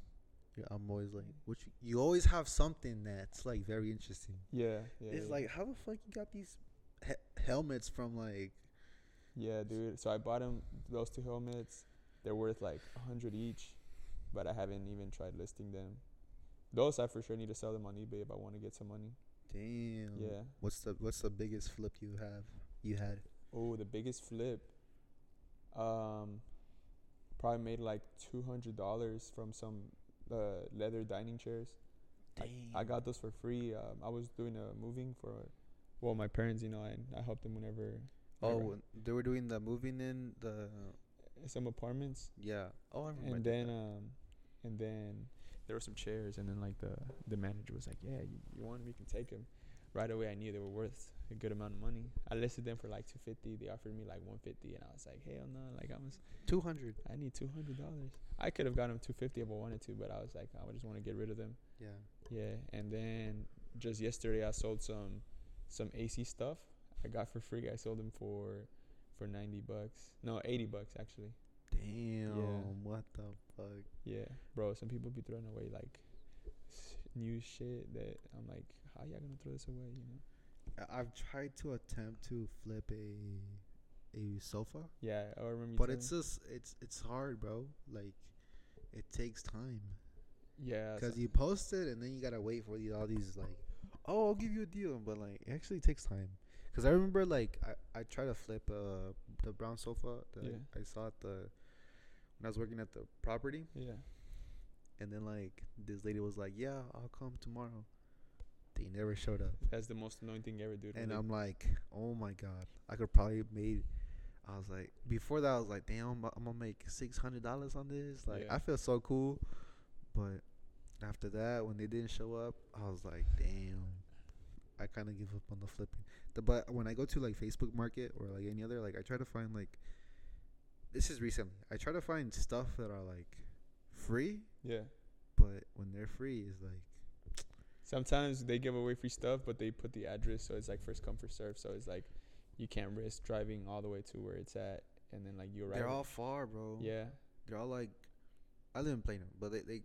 Speaker 1: yeah, I'm always like, "What you, you always have something that's like very interesting."
Speaker 2: yeah, yeah.
Speaker 1: it's
Speaker 2: yeah.
Speaker 1: like, how the fuck you got these he- helmets from like?
Speaker 2: yeah, dude. So I bought him those two helmets. They're worth like a hundred each, but I haven't even tried listing them. Those I for sure need to sell them on eBay if I want to get some money.
Speaker 1: Damn.
Speaker 2: Yeah.
Speaker 1: What's the What's the biggest flip you have? You had
Speaker 2: Oh, the biggest flip. Um, probably made like two hundred dollars from some uh, leather dining chairs. I, I got those for free. Um, I was doing a moving for, well, my parents, you know, and I helped them whenever.
Speaker 1: Oh,
Speaker 2: whenever-
Speaker 1: when they were doing the moving in the
Speaker 2: some apartments,
Speaker 1: yeah. Oh, I remember.
Speaker 2: and
Speaker 1: that.
Speaker 2: then um, and then there were some chairs, and then like the the manager was like, "Yeah, you, you want 'em, You can take them." Right away, I knew they were worth a good amount of money. I listed them for like two fifty. They offered me like one fifty, and I was like, "Hell no!" Like I was.
Speaker 1: 200.
Speaker 2: I need two hundred dollars. I could have gotten them two fifty if I wanted to, but I was like, I just want to get rid of them.
Speaker 1: Yeah.
Speaker 2: Yeah, and then just yesterday I sold some some AC stuff I got for free. I sold them for for ninety bucks. No, eighty bucks actually.
Speaker 1: Damn. What the fuck?
Speaker 2: Yeah, bro. Some people be throwing away like s- new shit that I'm like, how y'all gonna throw this away? You know?
Speaker 1: I- I've tried to attempt to flip a a sofa,
Speaker 2: Yeah, I remember. you
Speaker 1: but
Speaker 2: telling
Speaker 1: it's
Speaker 2: me-
Speaker 1: just it's it's hard, bro. Like it takes time
Speaker 2: yeah.
Speaker 1: because
Speaker 2: so-
Speaker 1: you post it and then you gotta wait for the, all these like, oh, I'll give you a deal, but like it actually takes time. Cause I remember like I, I tried to flip uh the brown sofa that
Speaker 2: Yeah.
Speaker 1: I, I saw at the when I was working at the property,
Speaker 2: yeah.
Speaker 1: and then like this lady was like, yeah, I'll come tomorrow. They never showed up.
Speaker 2: That's the most annoying thing ever, dude. when
Speaker 1: And
Speaker 2: they-
Speaker 1: I'm like, oh my god, I could probably made. I was like, before that, I was like, damn, I'm, gonna make six hundred dollars on this. Like,
Speaker 2: Yeah.
Speaker 1: I feel so cool. But after that, when they didn't show up, I was like, damn, I kind of give up on the flipping. The, but when I go to like Facebook Market or like any other, like I try to find like. This is recently. I try to find stuff that are like free,
Speaker 2: yeah.
Speaker 1: but when they're free, is like
Speaker 2: Sometimes they give away free stuff, but they put the address, so it's like first come first serve. So it's like you can't risk driving all the way to where it's at, and then like you arrive.
Speaker 1: they're
Speaker 2: at-
Speaker 1: all far, bro.
Speaker 2: yeah,
Speaker 1: they're all like I live in Plano, but they, they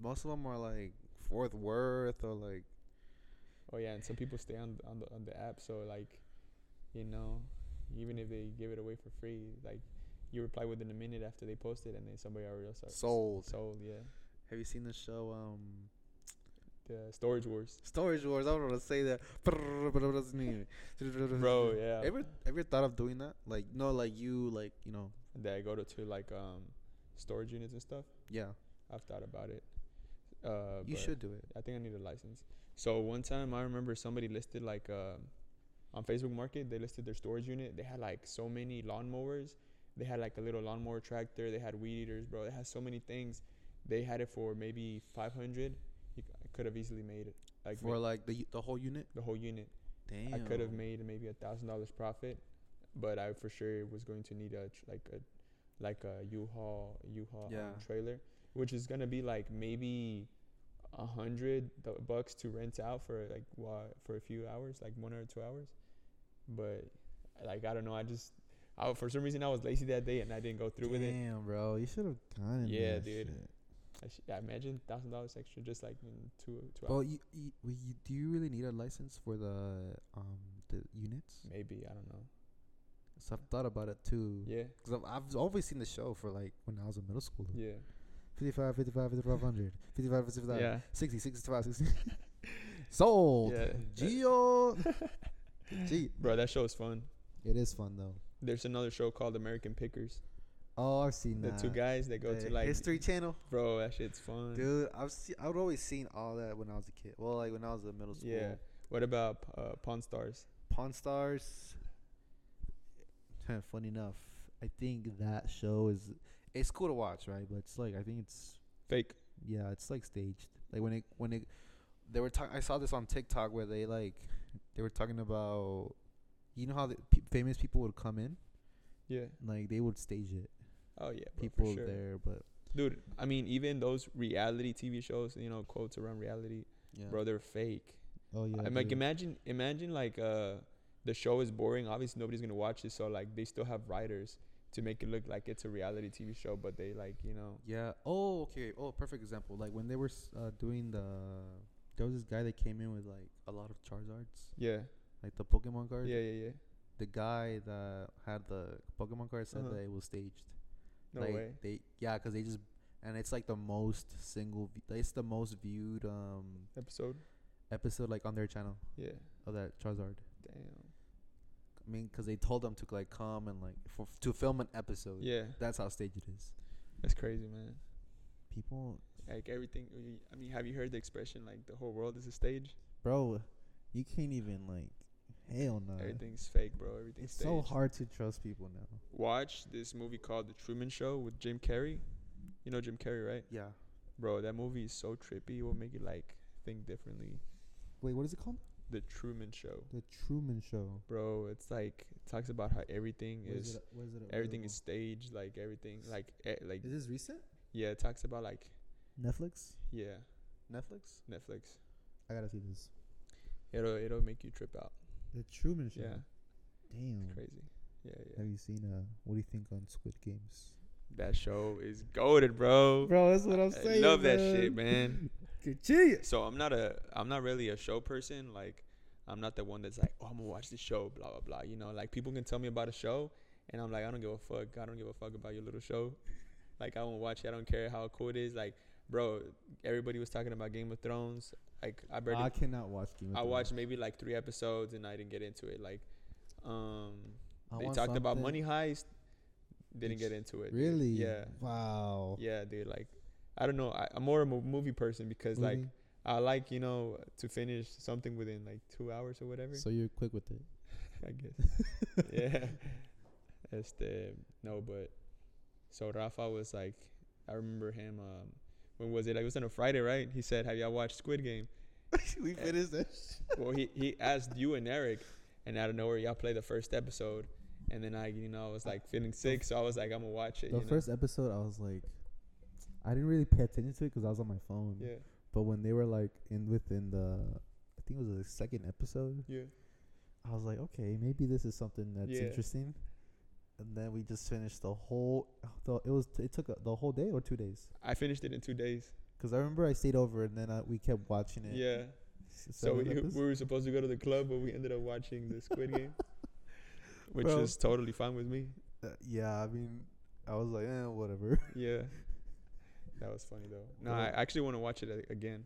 Speaker 1: most of them are like Fort Worth or like
Speaker 2: oh yeah, and some people stay on on the on the app, so like, you know, even if they give it away for free, like you reply within a minute after they post it, and then somebody already else are-
Speaker 1: Sold.
Speaker 2: sold. Yeah,
Speaker 1: Have you seen the show um
Speaker 2: the storage wars,
Speaker 1: Storage Wars? I don't want to say that.
Speaker 2: bro. Yeah,
Speaker 1: Ever ever thought of doing that? Like no, like you like you know
Speaker 2: that I go to, to like um storage units and stuff.
Speaker 1: yeah.
Speaker 2: I've thought about it. Uh,
Speaker 1: You
Speaker 2: but-
Speaker 1: should do it.
Speaker 2: I think I need a license. So one time I remember somebody listed like um on Facebook Market, they listed their storage unit. They had like so many lawnmowers. They had like a little lawnmower tractor. They had weed eaters, bro. They had so many things. They had it for maybe 500. You c- I could have easily made it. Like
Speaker 1: For
Speaker 2: ma-
Speaker 1: like the the whole unit.
Speaker 2: the whole unit.
Speaker 1: Damn.
Speaker 2: I could have made maybe a thousand dollars profit, but I for sure was going to need a tr- like a like a U-Haul U-Haul um,
Speaker 1: Yeah.
Speaker 2: trailer, which is gonna be like maybe a hundred do- bucks to rent out for like wha- for a few hours, like one or two hours. But like I don't know, I just I, for some reason I was lazy that day and I didn't go through with it.
Speaker 1: Damn, bro, you should have gotten
Speaker 2: Yeah,
Speaker 1: that
Speaker 2: dude.
Speaker 1: shit.
Speaker 2: I, sh- I imagine thousand dollars extra just like in two two
Speaker 1: Well,
Speaker 2: hours.
Speaker 1: you, you, well, you do you really need a license for the um the units?
Speaker 2: Maybe I don't know.
Speaker 1: So I've thought about it too.
Speaker 2: Yeah,
Speaker 1: Because I've, I've always seen the show for like when I was in middle school.
Speaker 2: yeah,
Speaker 1: 55, 55, 5500, 55, 55,
Speaker 2: yeah.
Speaker 1: 60, 65, 60. Sold.
Speaker 2: Yeah, that-
Speaker 1: Geo. Gee.
Speaker 2: Bro, that show is fun.
Speaker 1: It is fun though.
Speaker 2: There's another show called American Pickers.
Speaker 1: Oh, I've seen
Speaker 2: The
Speaker 1: that.
Speaker 2: two guys that go
Speaker 1: The
Speaker 2: to like Mm-hmm.
Speaker 1: History Channel.
Speaker 2: Bro, that shit's fun.
Speaker 1: Dude, I've se- I've always seen all that when I was a kid. Well, like when I was in middle school.
Speaker 2: Yeah. What about uh, Pawn Stars?
Speaker 1: Pawn Stars. Funny enough, I think that show is it's cool to watch, right? But it's like I think it's
Speaker 2: Fake.
Speaker 1: Yeah, it's like staged. Like when it when it they were talking. I saw this on TikTok where they like they were talking about you know how the pe- famous people would come in
Speaker 2: Yeah.
Speaker 1: like they would stage it.
Speaker 2: Oh yeah. bro, for
Speaker 1: People
Speaker 2: sure.
Speaker 1: there, but
Speaker 2: Dude, I mean, even those reality TV shows, you know, quotes around reality,
Speaker 1: yeah,
Speaker 2: bro, they're fake.
Speaker 1: Oh yeah,
Speaker 2: I'm like,
Speaker 1: dude.
Speaker 2: imagine, imagine like uh, the show is boring. Obviously, nobody's gonna watch it, so like they still have writers to make it look like it's a reality TV show, but they like you know
Speaker 1: Yeah. Oh, okay. Oh, perfect example. Like when they were s- uh, doing the, there was this guy that came in with like a lot of Charizards,
Speaker 2: yeah
Speaker 1: like the Pokemon cards.
Speaker 2: yeah yeah yeah
Speaker 1: The guy that had the Pokemon card said
Speaker 2: Uh-huh.
Speaker 1: that it was staged.
Speaker 2: no
Speaker 1: like,
Speaker 2: way
Speaker 1: They yeah, cause they just and it's like the most single. v- It's the most viewed um
Speaker 2: episode
Speaker 1: episode like on their channel
Speaker 2: yeah
Speaker 1: of that Charizard.
Speaker 2: damn
Speaker 1: I mean, cause they told them to like come and like for, to film an episode.
Speaker 2: yeah
Speaker 1: That's how staged it is.
Speaker 2: that's crazy man
Speaker 1: People,
Speaker 2: like everything I mean have you heard the expression like the whole world is a stage
Speaker 1: bro, you can't even like. Hell no.
Speaker 2: everything's fake bro everything's
Speaker 1: Uh-huh. It's
Speaker 2: staged.
Speaker 1: so hard to trust people now.
Speaker 2: watch this movie called The Truman Show with Jim Carrey you know Jim Carrey right
Speaker 1: Yeah.
Speaker 2: bro that movie is so trippy it will make you like think differently
Speaker 1: Wait, what is it called?
Speaker 2: The Truman Show
Speaker 1: The Truman Show.
Speaker 2: bro it's like it talks about how everything
Speaker 1: Where
Speaker 2: is
Speaker 1: it, where is it
Speaker 2: everything
Speaker 1: available?
Speaker 2: is staged like everything like e- like
Speaker 5: Is this recent?
Speaker 2: yeah it talks about like
Speaker 1: Netflix.
Speaker 2: yeah
Speaker 1: Netflix.
Speaker 2: Netflix
Speaker 1: I gotta see this.
Speaker 2: it'll it'll make you trip out
Speaker 1: The Truman Show.
Speaker 2: yeah
Speaker 1: Damn.
Speaker 2: crazy yeah yeah
Speaker 1: Have you seen uh? What do you think on Squid Games?
Speaker 2: that show is goaded bro
Speaker 1: Bro, that's
Speaker 2: I- I love that shit man
Speaker 1: Chill.
Speaker 2: so I'm not a I'm not really a show person. Like I'm not the one that's like, oh, I'm gonna watch this show, blah blah blah. You know, like people can tell me about a show, and I'm like, I don't give a fuck. I don't give a fuck about your little show. Like I won't watch it. I don't care how cool it is. Like, bro, everybody was talking about Game of Thrones. Like I barely,
Speaker 1: I cannot watch Game
Speaker 2: I
Speaker 1: of Thrones.
Speaker 2: watched maybe like three episodes, and I didn't get into it. Like, um,
Speaker 1: I
Speaker 2: they
Speaker 1: want
Speaker 2: talked about
Speaker 1: something-
Speaker 2: Money Heist. Didn't
Speaker 1: It's-
Speaker 2: get into it. dude.
Speaker 1: Really?
Speaker 2: Yeah.
Speaker 1: Wow.
Speaker 2: Yeah, dude. Like, I don't know. I, I'm more of a movie person because like
Speaker 1: Movie?
Speaker 2: I like you know to finish something within like two hours or whatever.
Speaker 1: So you're quick with it.
Speaker 2: I guess. yeah. Este no, but so Rafa was like, I remember him. Um, when was it? Like, it was on a Friday, right? He said, "Have y'all watched Squid Game?"
Speaker 5: we finished that.
Speaker 2: well, he he asked you and Eric, and out of nowhere y'all played the first episode, and then I you know I was like feeling sick, so I was like, I'm gonna watch it.
Speaker 1: The
Speaker 2: you know?
Speaker 1: first episode, I was like, I didn't really pay attention to it because I was on my phone.
Speaker 2: Yeah.
Speaker 1: But when they were like in within the, I think it was the second episode,
Speaker 2: Yeah.
Speaker 1: I was like, okay, maybe this is something that's
Speaker 2: Yeah.
Speaker 1: interesting. And then we just finished the whole. The, it was it took uh the whole day or two days
Speaker 2: I finished it in two days.
Speaker 1: because I remember I stayed over and then I, we kept watching it.
Speaker 2: Yeah.
Speaker 1: S-
Speaker 2: So we,
Speaker 1: seven episodes.
Speaker 2: we were supposed to go to the club, but we ended up watching the Squid Game, which
Speaker 1: Bro.
Speaker 2: is totally fine with me.
Speaker 1: Uh, yeah, I mean, I was like, eh, whatever.
Speaker 2: Yeah, that was funny though. No,
Speaker 1: Bro.
Speaker 2: I actually want to watch it a- again.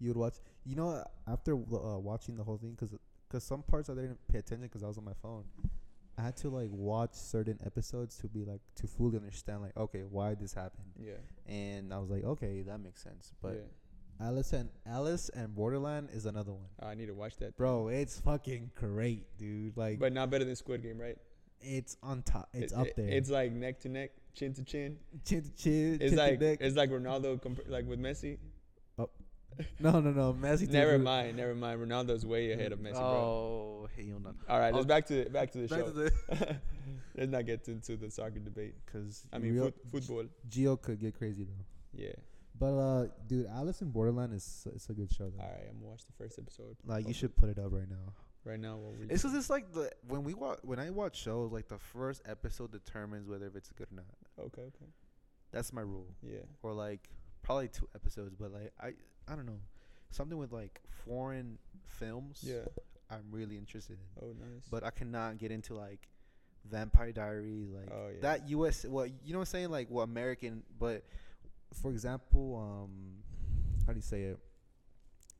Speaker 1: you would watch. You know, after uh, watching the whole thing, because some parts I didn't pay attention because I was on my phone. I had to like watch certain episodes to be like to fully understand like okay why this happened,
Speaker 2: Yeah,
Speaker 1: and I was like okay that makes sense. But
Speaker 2: yeah. Oh,
Speaker 1: Alice and Alice and Borderland is another one,
Speaker 2: I need to watch that.
Speaker 1: bro. It's fucking great, dude. Like
Speaker 2: But not better than Squid Game, right?
Speaker 1: it's on top, it's
Speaker 2: It-
Speaker 1: up
Speaker 2: it-
Speaker 1: there.
Speaker 2: It's like neck to neck, chin to chin.
Speaker 1: chin to chin,
Speaker 2: It's
Speaker 1: chin
Speaker 2: like
Speaker 1: to neck.
Speaker 2: it's like Ronaldo, comp- like with Messi.
Speaker 1: no no no Messi.
Speaker 2: Never mind, never mind. Ronaldo's way ahead of Messi, bro.
Speaker 1: Oh hell no.
Speaker 2: All right, let's
Speaker 1: okay.
Speaker 2: back to the, back to the
Speaker 1: Back
Speaker 2: show.
Speaker 1: to the
Speaker 2: let's not get into the soccer debate.
Speaker 1: because
Speaker 2: I mean, foot, football.
Speaker 1: Geo could get crazy though.
Speaker 2: Yeah.
Speaker 1: But uh, dude, Alice in Borderland is so- it's a good show though.
Speaker 2: All right, I'm gonna watch the first episode.
Speaker 1: Like you
Speaker 2: Okay.
Speaker 1: should put it up right now.
Speaker 2: right now what we
Speaker 6: It's because it's like the when we watch when I watch shows like the first episode determines whether if it's good or not.
Speaker 2: okay okay
Speaker 6: That's my rule.
Speaker 2: yeah
Speaker 6: Or like probably two episodes, but like I I don't know something with like foreign films.
Speaker 2: yeah
Speaker 6: I'm really interested in,
Speaker 2: oh nice
Speaker 6: but I cannot get into like Vampire Diaries like
Speaker 2: Oh, yeah.
Speaker 6: that U.S. What you know what I'm saying like what American, but
Speaker 1: For example, um, how do you say it?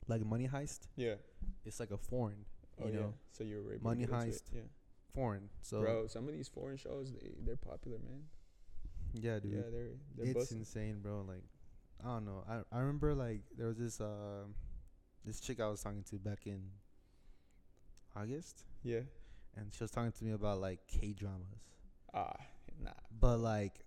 Speaker 1: Like Money Heist,
Speaker 2: yeah
Speaker 1: it's like a foreign,
Speaker 2: oh
Speaker 1: you know,
Speaker 2: yeah so you were able
Speaker 1: Money
Speaker 2: to get into it.
Speaker 1: Heist.
Speaker 2: yeah
Speaker 1: foreign. So
Speaker 2: bro some of these foreign shows they, they're popular man
Speaker 1: yeah, dude,
Speaker 2: yeah they're they're
Speaker 1: it's
Speaker 2: busting.
Speaker 1: insane, bro. Like I don't know. I I remember like there was this uh, this chick I was talking to back in August,
Speaker 2: yeah
Speaker 1: and she was talking to me about like K dramas,
Speaker 2: ah nah
Speaker 1: but like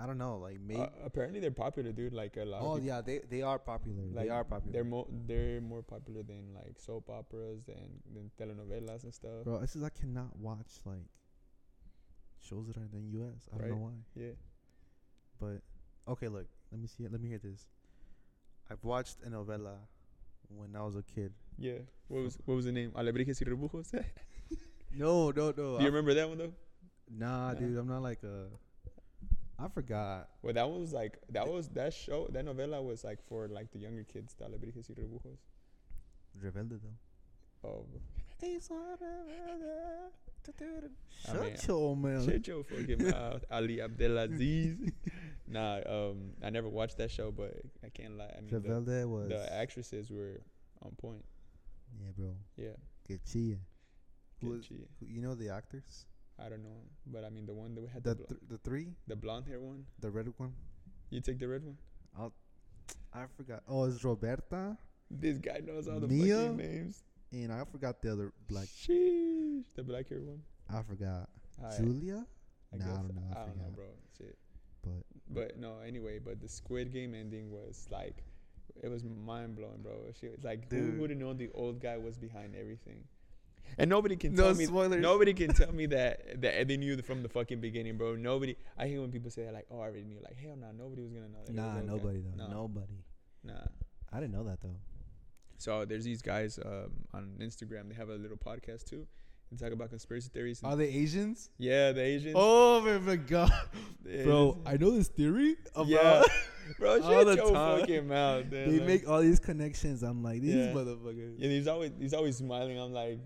Speaker 1: I don't know, like maybe.
Speaker 2: Uh, apparently they're popular dude like a lot
Speaker 1: Oh
Speaker 2: of people,
Speaker 1: yeah, they they are popular.
Speaker 2: like,
Speaker 1: they are popular.
Speaker 2: they're more they're more popular than like soap operas than than telenovelas and stuff
Speaker 1: Bro, it's just I cannot watch like shows that are in the US. I don't know why.
Speaker 2: yeah
Speaker 1: But okay, look, let me see it. Let me hear this. I've watched a novela when I was a kid.
Speaker 2: yeah what was what was the name Alebrijes y Rebujos do
Speaker 1: No, no, no. Ah.
Speaker 2: you remember that one though
Speaker 1: Nah,
Speaker 2: Nah.
Speaker 1: dude, I'm not like a
Speaker 7: I forgot.
Speaker 2: Well, that was like that was that show that novela was like for like the younger kids. Telebrijes y rebujos.
Speaker 7: Rebelde though.
Speaker 2: Oh, I
Speaker 7: Shut
Speaker 2: mean,
Speaker 7: your mouth.
Speaker 2: shut your fucking mouth, Ali Abdelaziz. nah, um, I never watched that show, but I can't lie. I mean, the,
Speaker 7: Rebelde was.
Speaker 2: the actresses were on point.
Speaker 7: yeah, bro.
Speaker 2: Yeah,
Speaker 7: Que chilla. Who
Speaker 2: good
Speaker 7: was-
Speaker 2: shit.
Speaker 7: who- You know the actors?
Speaker 2: I don't know, but I mean the one that we had the
Speaker 7: The
Speaker 2: bl-
Speaker 7: th- the three,
Speaker 2: the blonde hair one.
Speaker 7: the red one.
Speaker 2: You take the red one.
Speaker 7: I forgot. Oh, it's Roberta,
Speaker 2: This guy knows all the
Speaker 7: Mia?
Speaker 2: fucking names.
Speaker 7: and I forgot the other black.
Speaker 2: Sheesh, the black hair one.
Speaker 7: I forgot
Speaker 2: Alright,
Speaker 7: Julia.
Speaker 2: I,
Speaker 7: Nah, I
Speaker 2: guess.
Speaker 7: don't know, I
Speaker 2: I don't know,
Speaker 7: forgot.
Speaker 2: bro. Shit.
Speaker 7: But
Speaker 2: But no, anyway, but the Squid Game ending was like, it was mind blowing, bro. She was like,
Speaker 7: Dude.
Speaker 2: who would have known the old guy was behind everything? And nobody can
Speaker 7: No
Speaker 2: tell me.
Speaker 7: spoilers.
Speaker 2: Nobody can tell me that that they knew from the fucking beginning, bro. Nobody. I hate when people say that, like, "Oh, I already knew." Like, hell no, nobody was gonna know. That it was
Speaker 7: nah,
Speaker 2: those guys.
Speaker 7: nobody though.
Speaker 2: No,
Speaker 7: Nobody.
Speaker 2: Nah.
Speaker 7: I didn't know that though.
Speaker 2: So there's these guys um, on Instagram. They have a little podcast too. They talk about conspiracy theories. and-
Speaker 7: Are they Asians?
Speaker 2: yeah, the Asians.
Speaker 7: Oh my- my god,
Speaker 2: The
Speaker 7: bro!
Speaker 2: Asians.
Speaker 7: I know this theory about.
Speaker 2: yeah, bro,
Speaker 7: uh, all
Speaker 2: shut
Speaker 7: the
Speaker 2: your
Speaker 7: time.
Speaker 2: fucking mouth. dude.
Speaker 7: They
Speaker 2: Like-
Speaker 7: make all these connections. I'm like these
Speaker 2: Yeah.
Speaker 7: motherfuckers.
Speaker 2: Yeah, he's always he's always smiling. I'm like,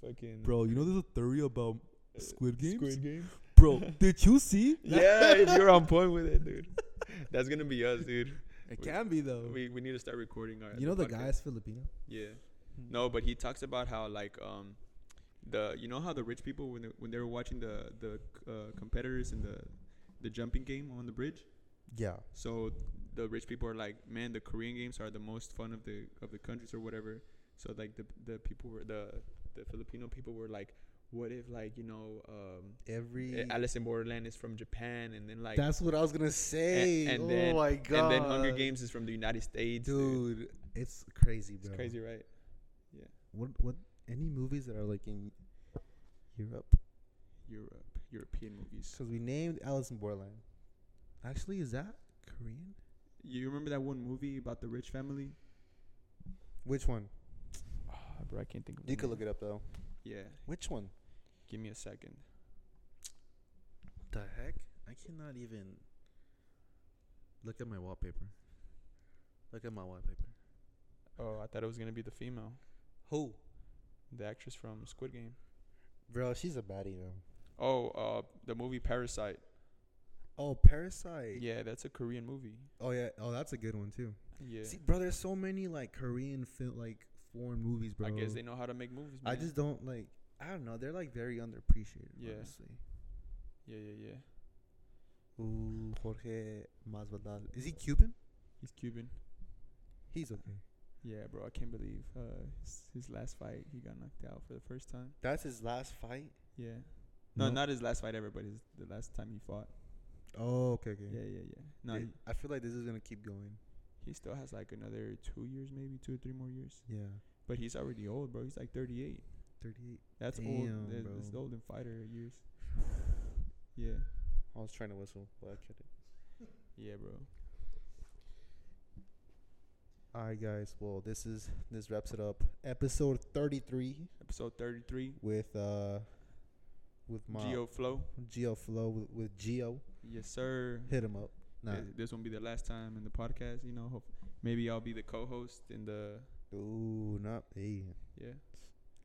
Speaker 2: fucking
Speaker 7: Bro, you know there's a theory about
Speaker 2: uh,
Speaker 7: Squid Games.
Speaker 2: Squid Game.
Speaker 7: Bro, did you see?
Speaker 2: yeah, if you're on point with it, dude. That's gonna be us, dude.
Speaker 7: It
Speaker 2: We-
Speaker 7: can be though.
Speaker 2: We we need to start recording our.
Speaker 7: You know the
Speaker 2: podcast.
Speaker 7: guy's Filipino.
Speaker 2: Yeah. No, but he talks about how like um, the you know how the rich people when they, when they were watching the the uh, competitors in the the jumping game on the bridge.
Speaker 7: Yeah.
Speaker 2: So the rich people are like, man, the Korean games are the most fun of the of the countries or whatever. So like the the people were the the Filipino people were like, what if like you know um,
Speaker 1: Every
Speaker 2: eh, Alice in Borderland is from Japan and then like
Speaker 1: that's what I was gonna
Speaker 2: a-
Speaker 1: say.
Speaker 2: and
Speaker 1: oh
Speaker 2: then
Speaker 1: my god,
Speaker 2: and then Hunger Games is from the United States, dude.
Speaker 1: dude, it's crazy,
Speaker 2: It's
Speaker 1: bro.
Speaker 2: crazy, right?
Speaker 1: What what? Any movies that are like in Europe?
Speaker 2: Europe, European movies.
Speaker 1: Because we named Alice in Borderland. Actually, is that Korean?
Speaker 2: You remember that one movie about the rich family?
Speaker 1: Which one?
Speaker 2: Ah, bro, I can't think of.
Speaker 1: You could look it up though.
Speaker 2: Yeah,
Speaker 1: Which one?
Speaker 2: give me a second.
Speaker 1: The heck? I cannot even look at my wallpaper. Look at my wallpaper.
Speaker 2: Oh, I thought it was gonna be the female,
Speaker 1: Who?
Speaker 2: the actress from Squid Game.
Speaker 1: Bro, she's a baddie though.
Speaker 2: Oh, uh, the movie Parasite.
Speaker 1: Oh, Parasite.
Speaker 2: Yeah, that's a Korean movie.
Speaker 1: Oh yeah. Oh, that's a good one too.
Speaker 2: Yeah.
Speaker 1: See, bro, there's so many like Korean film, like foreign movies, bro.
Speaker 2: I guess they know how to make movies.
Speaker 1: I
Speaker 2: man.
Speaker 1: just don't like. I don't know. They're like very underappreciated.
Speaker 2: Yeah.
Speaker 1: Honestly.
Speaker 2: Yeah, yeah, yeah.
Speaker 1: Ooh, Jorge Masvidal. Is he Cuban?
Speaker 2: He's Cuban.
Speaker 1: He's okay.
Speaker 2: Yeah, bro. I can't believe uh, his, his last fight he got knocked out for the first time.
Speaker 1: That's his last fight.
Speaker 2: Yeah. No,
Speaker 1: No.
Speaker 2: not his last fight ever, but his the last time he fought.
Speaker 1: Oh, okay, okay.
Speaker 2: Yeah, yeah, yeah. No,
Speaker 1: Th-
Speaker 2: he,
Speaker 1: I feel like this is gonna keep going.
Speaker 2: he still has like another two years, maybe two or three more years.
Speaker 1: Yeah,
Speaker 2: But he's already old, bro. He's like 38.
Speaker 1: thirty-eight.
Speaker 2: That's
Speaker 1: Damn,
Speaker 2: old. That- That's
Speaker 1: bro.
Speaker 2: old in fighter years. Yeah.
Speaker 1: I was trying to whistle, but I couldn't.
Speaker 2: Yeah, bro.
Speaker 1: All right, guys. Well, this is this wraps it up. Episode thirty-three
Speaker 2: Episode 33.
Speaker 1: with uh with my
Speaker 2: Geo Flow.
Speaker 1: Geo Flow with, with Geo.
Speaker 2: Yes, sir.
Speaker 1: Hit him up. Nah,
Speaker 2: Th- This won't be the last time in the podcast, you know. Hope maybe I'll be the co-host in the
Speaker 1: ooh, not. Hey,
Speaker 2: yeah.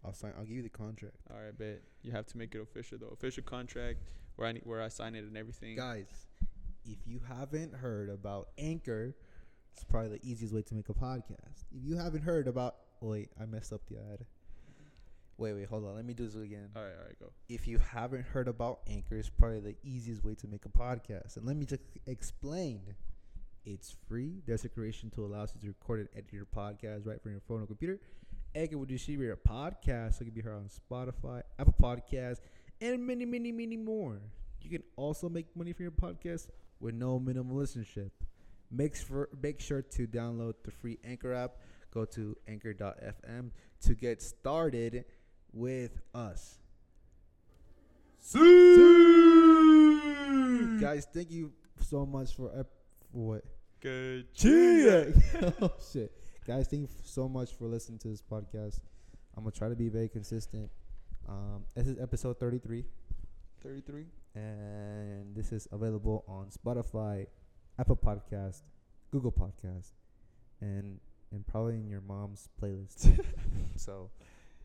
Speaker 1: I'll sign. I'll give you the contract,
Speaker 2: All right, bet you have to make it official though. Official contract where I need, where I sign it and everything.
Speaker 1: guys. If you haven't heard about Anchor, it's probably the easiest way to make a podcast. If you haven't heard about, wait, I messed up the ad. Wait, wait, hold on. Let me do this again.
Speaker 2: All right, all right, go.
Speaker 1: if you haven't heard about Anchor, it's probably the easiest way to make a podcast. And let me just explain. It's free. There's a creation tool allows you to record and edit your podcast right from your phone or computer. Anchor will distribute your podcast, so it can be heard on Spotify, Apple Podcasts, and many, many, many more. You can also make money from your podcast with no minimum listenership. Make sure, make sure to download the free Anchor app. Go to anchor.fm to get started with us. Guys, thank you so much for ep- for what?
Speaker 2: Good.
Speaker 1: oh shit. Guys, thank you so much for listening to this podcast. I'm gonna try to be very consistent. Um, this is episode 33.
Speaker 2: 33.
Speaker 1: and this is available on Spotify, Apple Podcast, Google Podcast, and and probably in your mom's playlist. so,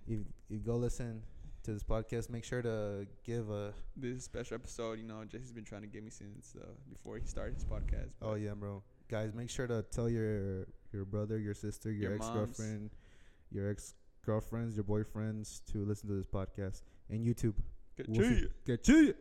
Speaker 1: you you go listen to this podcast. Make sure to give a
Speaker 2: This is a special episode. You know, Jesse's been trying to get me since uh, before he started his podcast.
Speaker 1: oh yeah, bro, guys. Make sure to tell your your brother, your sister, your,
Speaker 2: Your
Speaker 1: ex
Speaker 2: moms.
Speaker 1: girlfriend, your ex girlfriends, your boyfriends to listen to this podcast and YouTube.
Speaker 2: Good
Speaker 1: We'll see-
Speaker 2: to you.
Speaker 1: Get to you.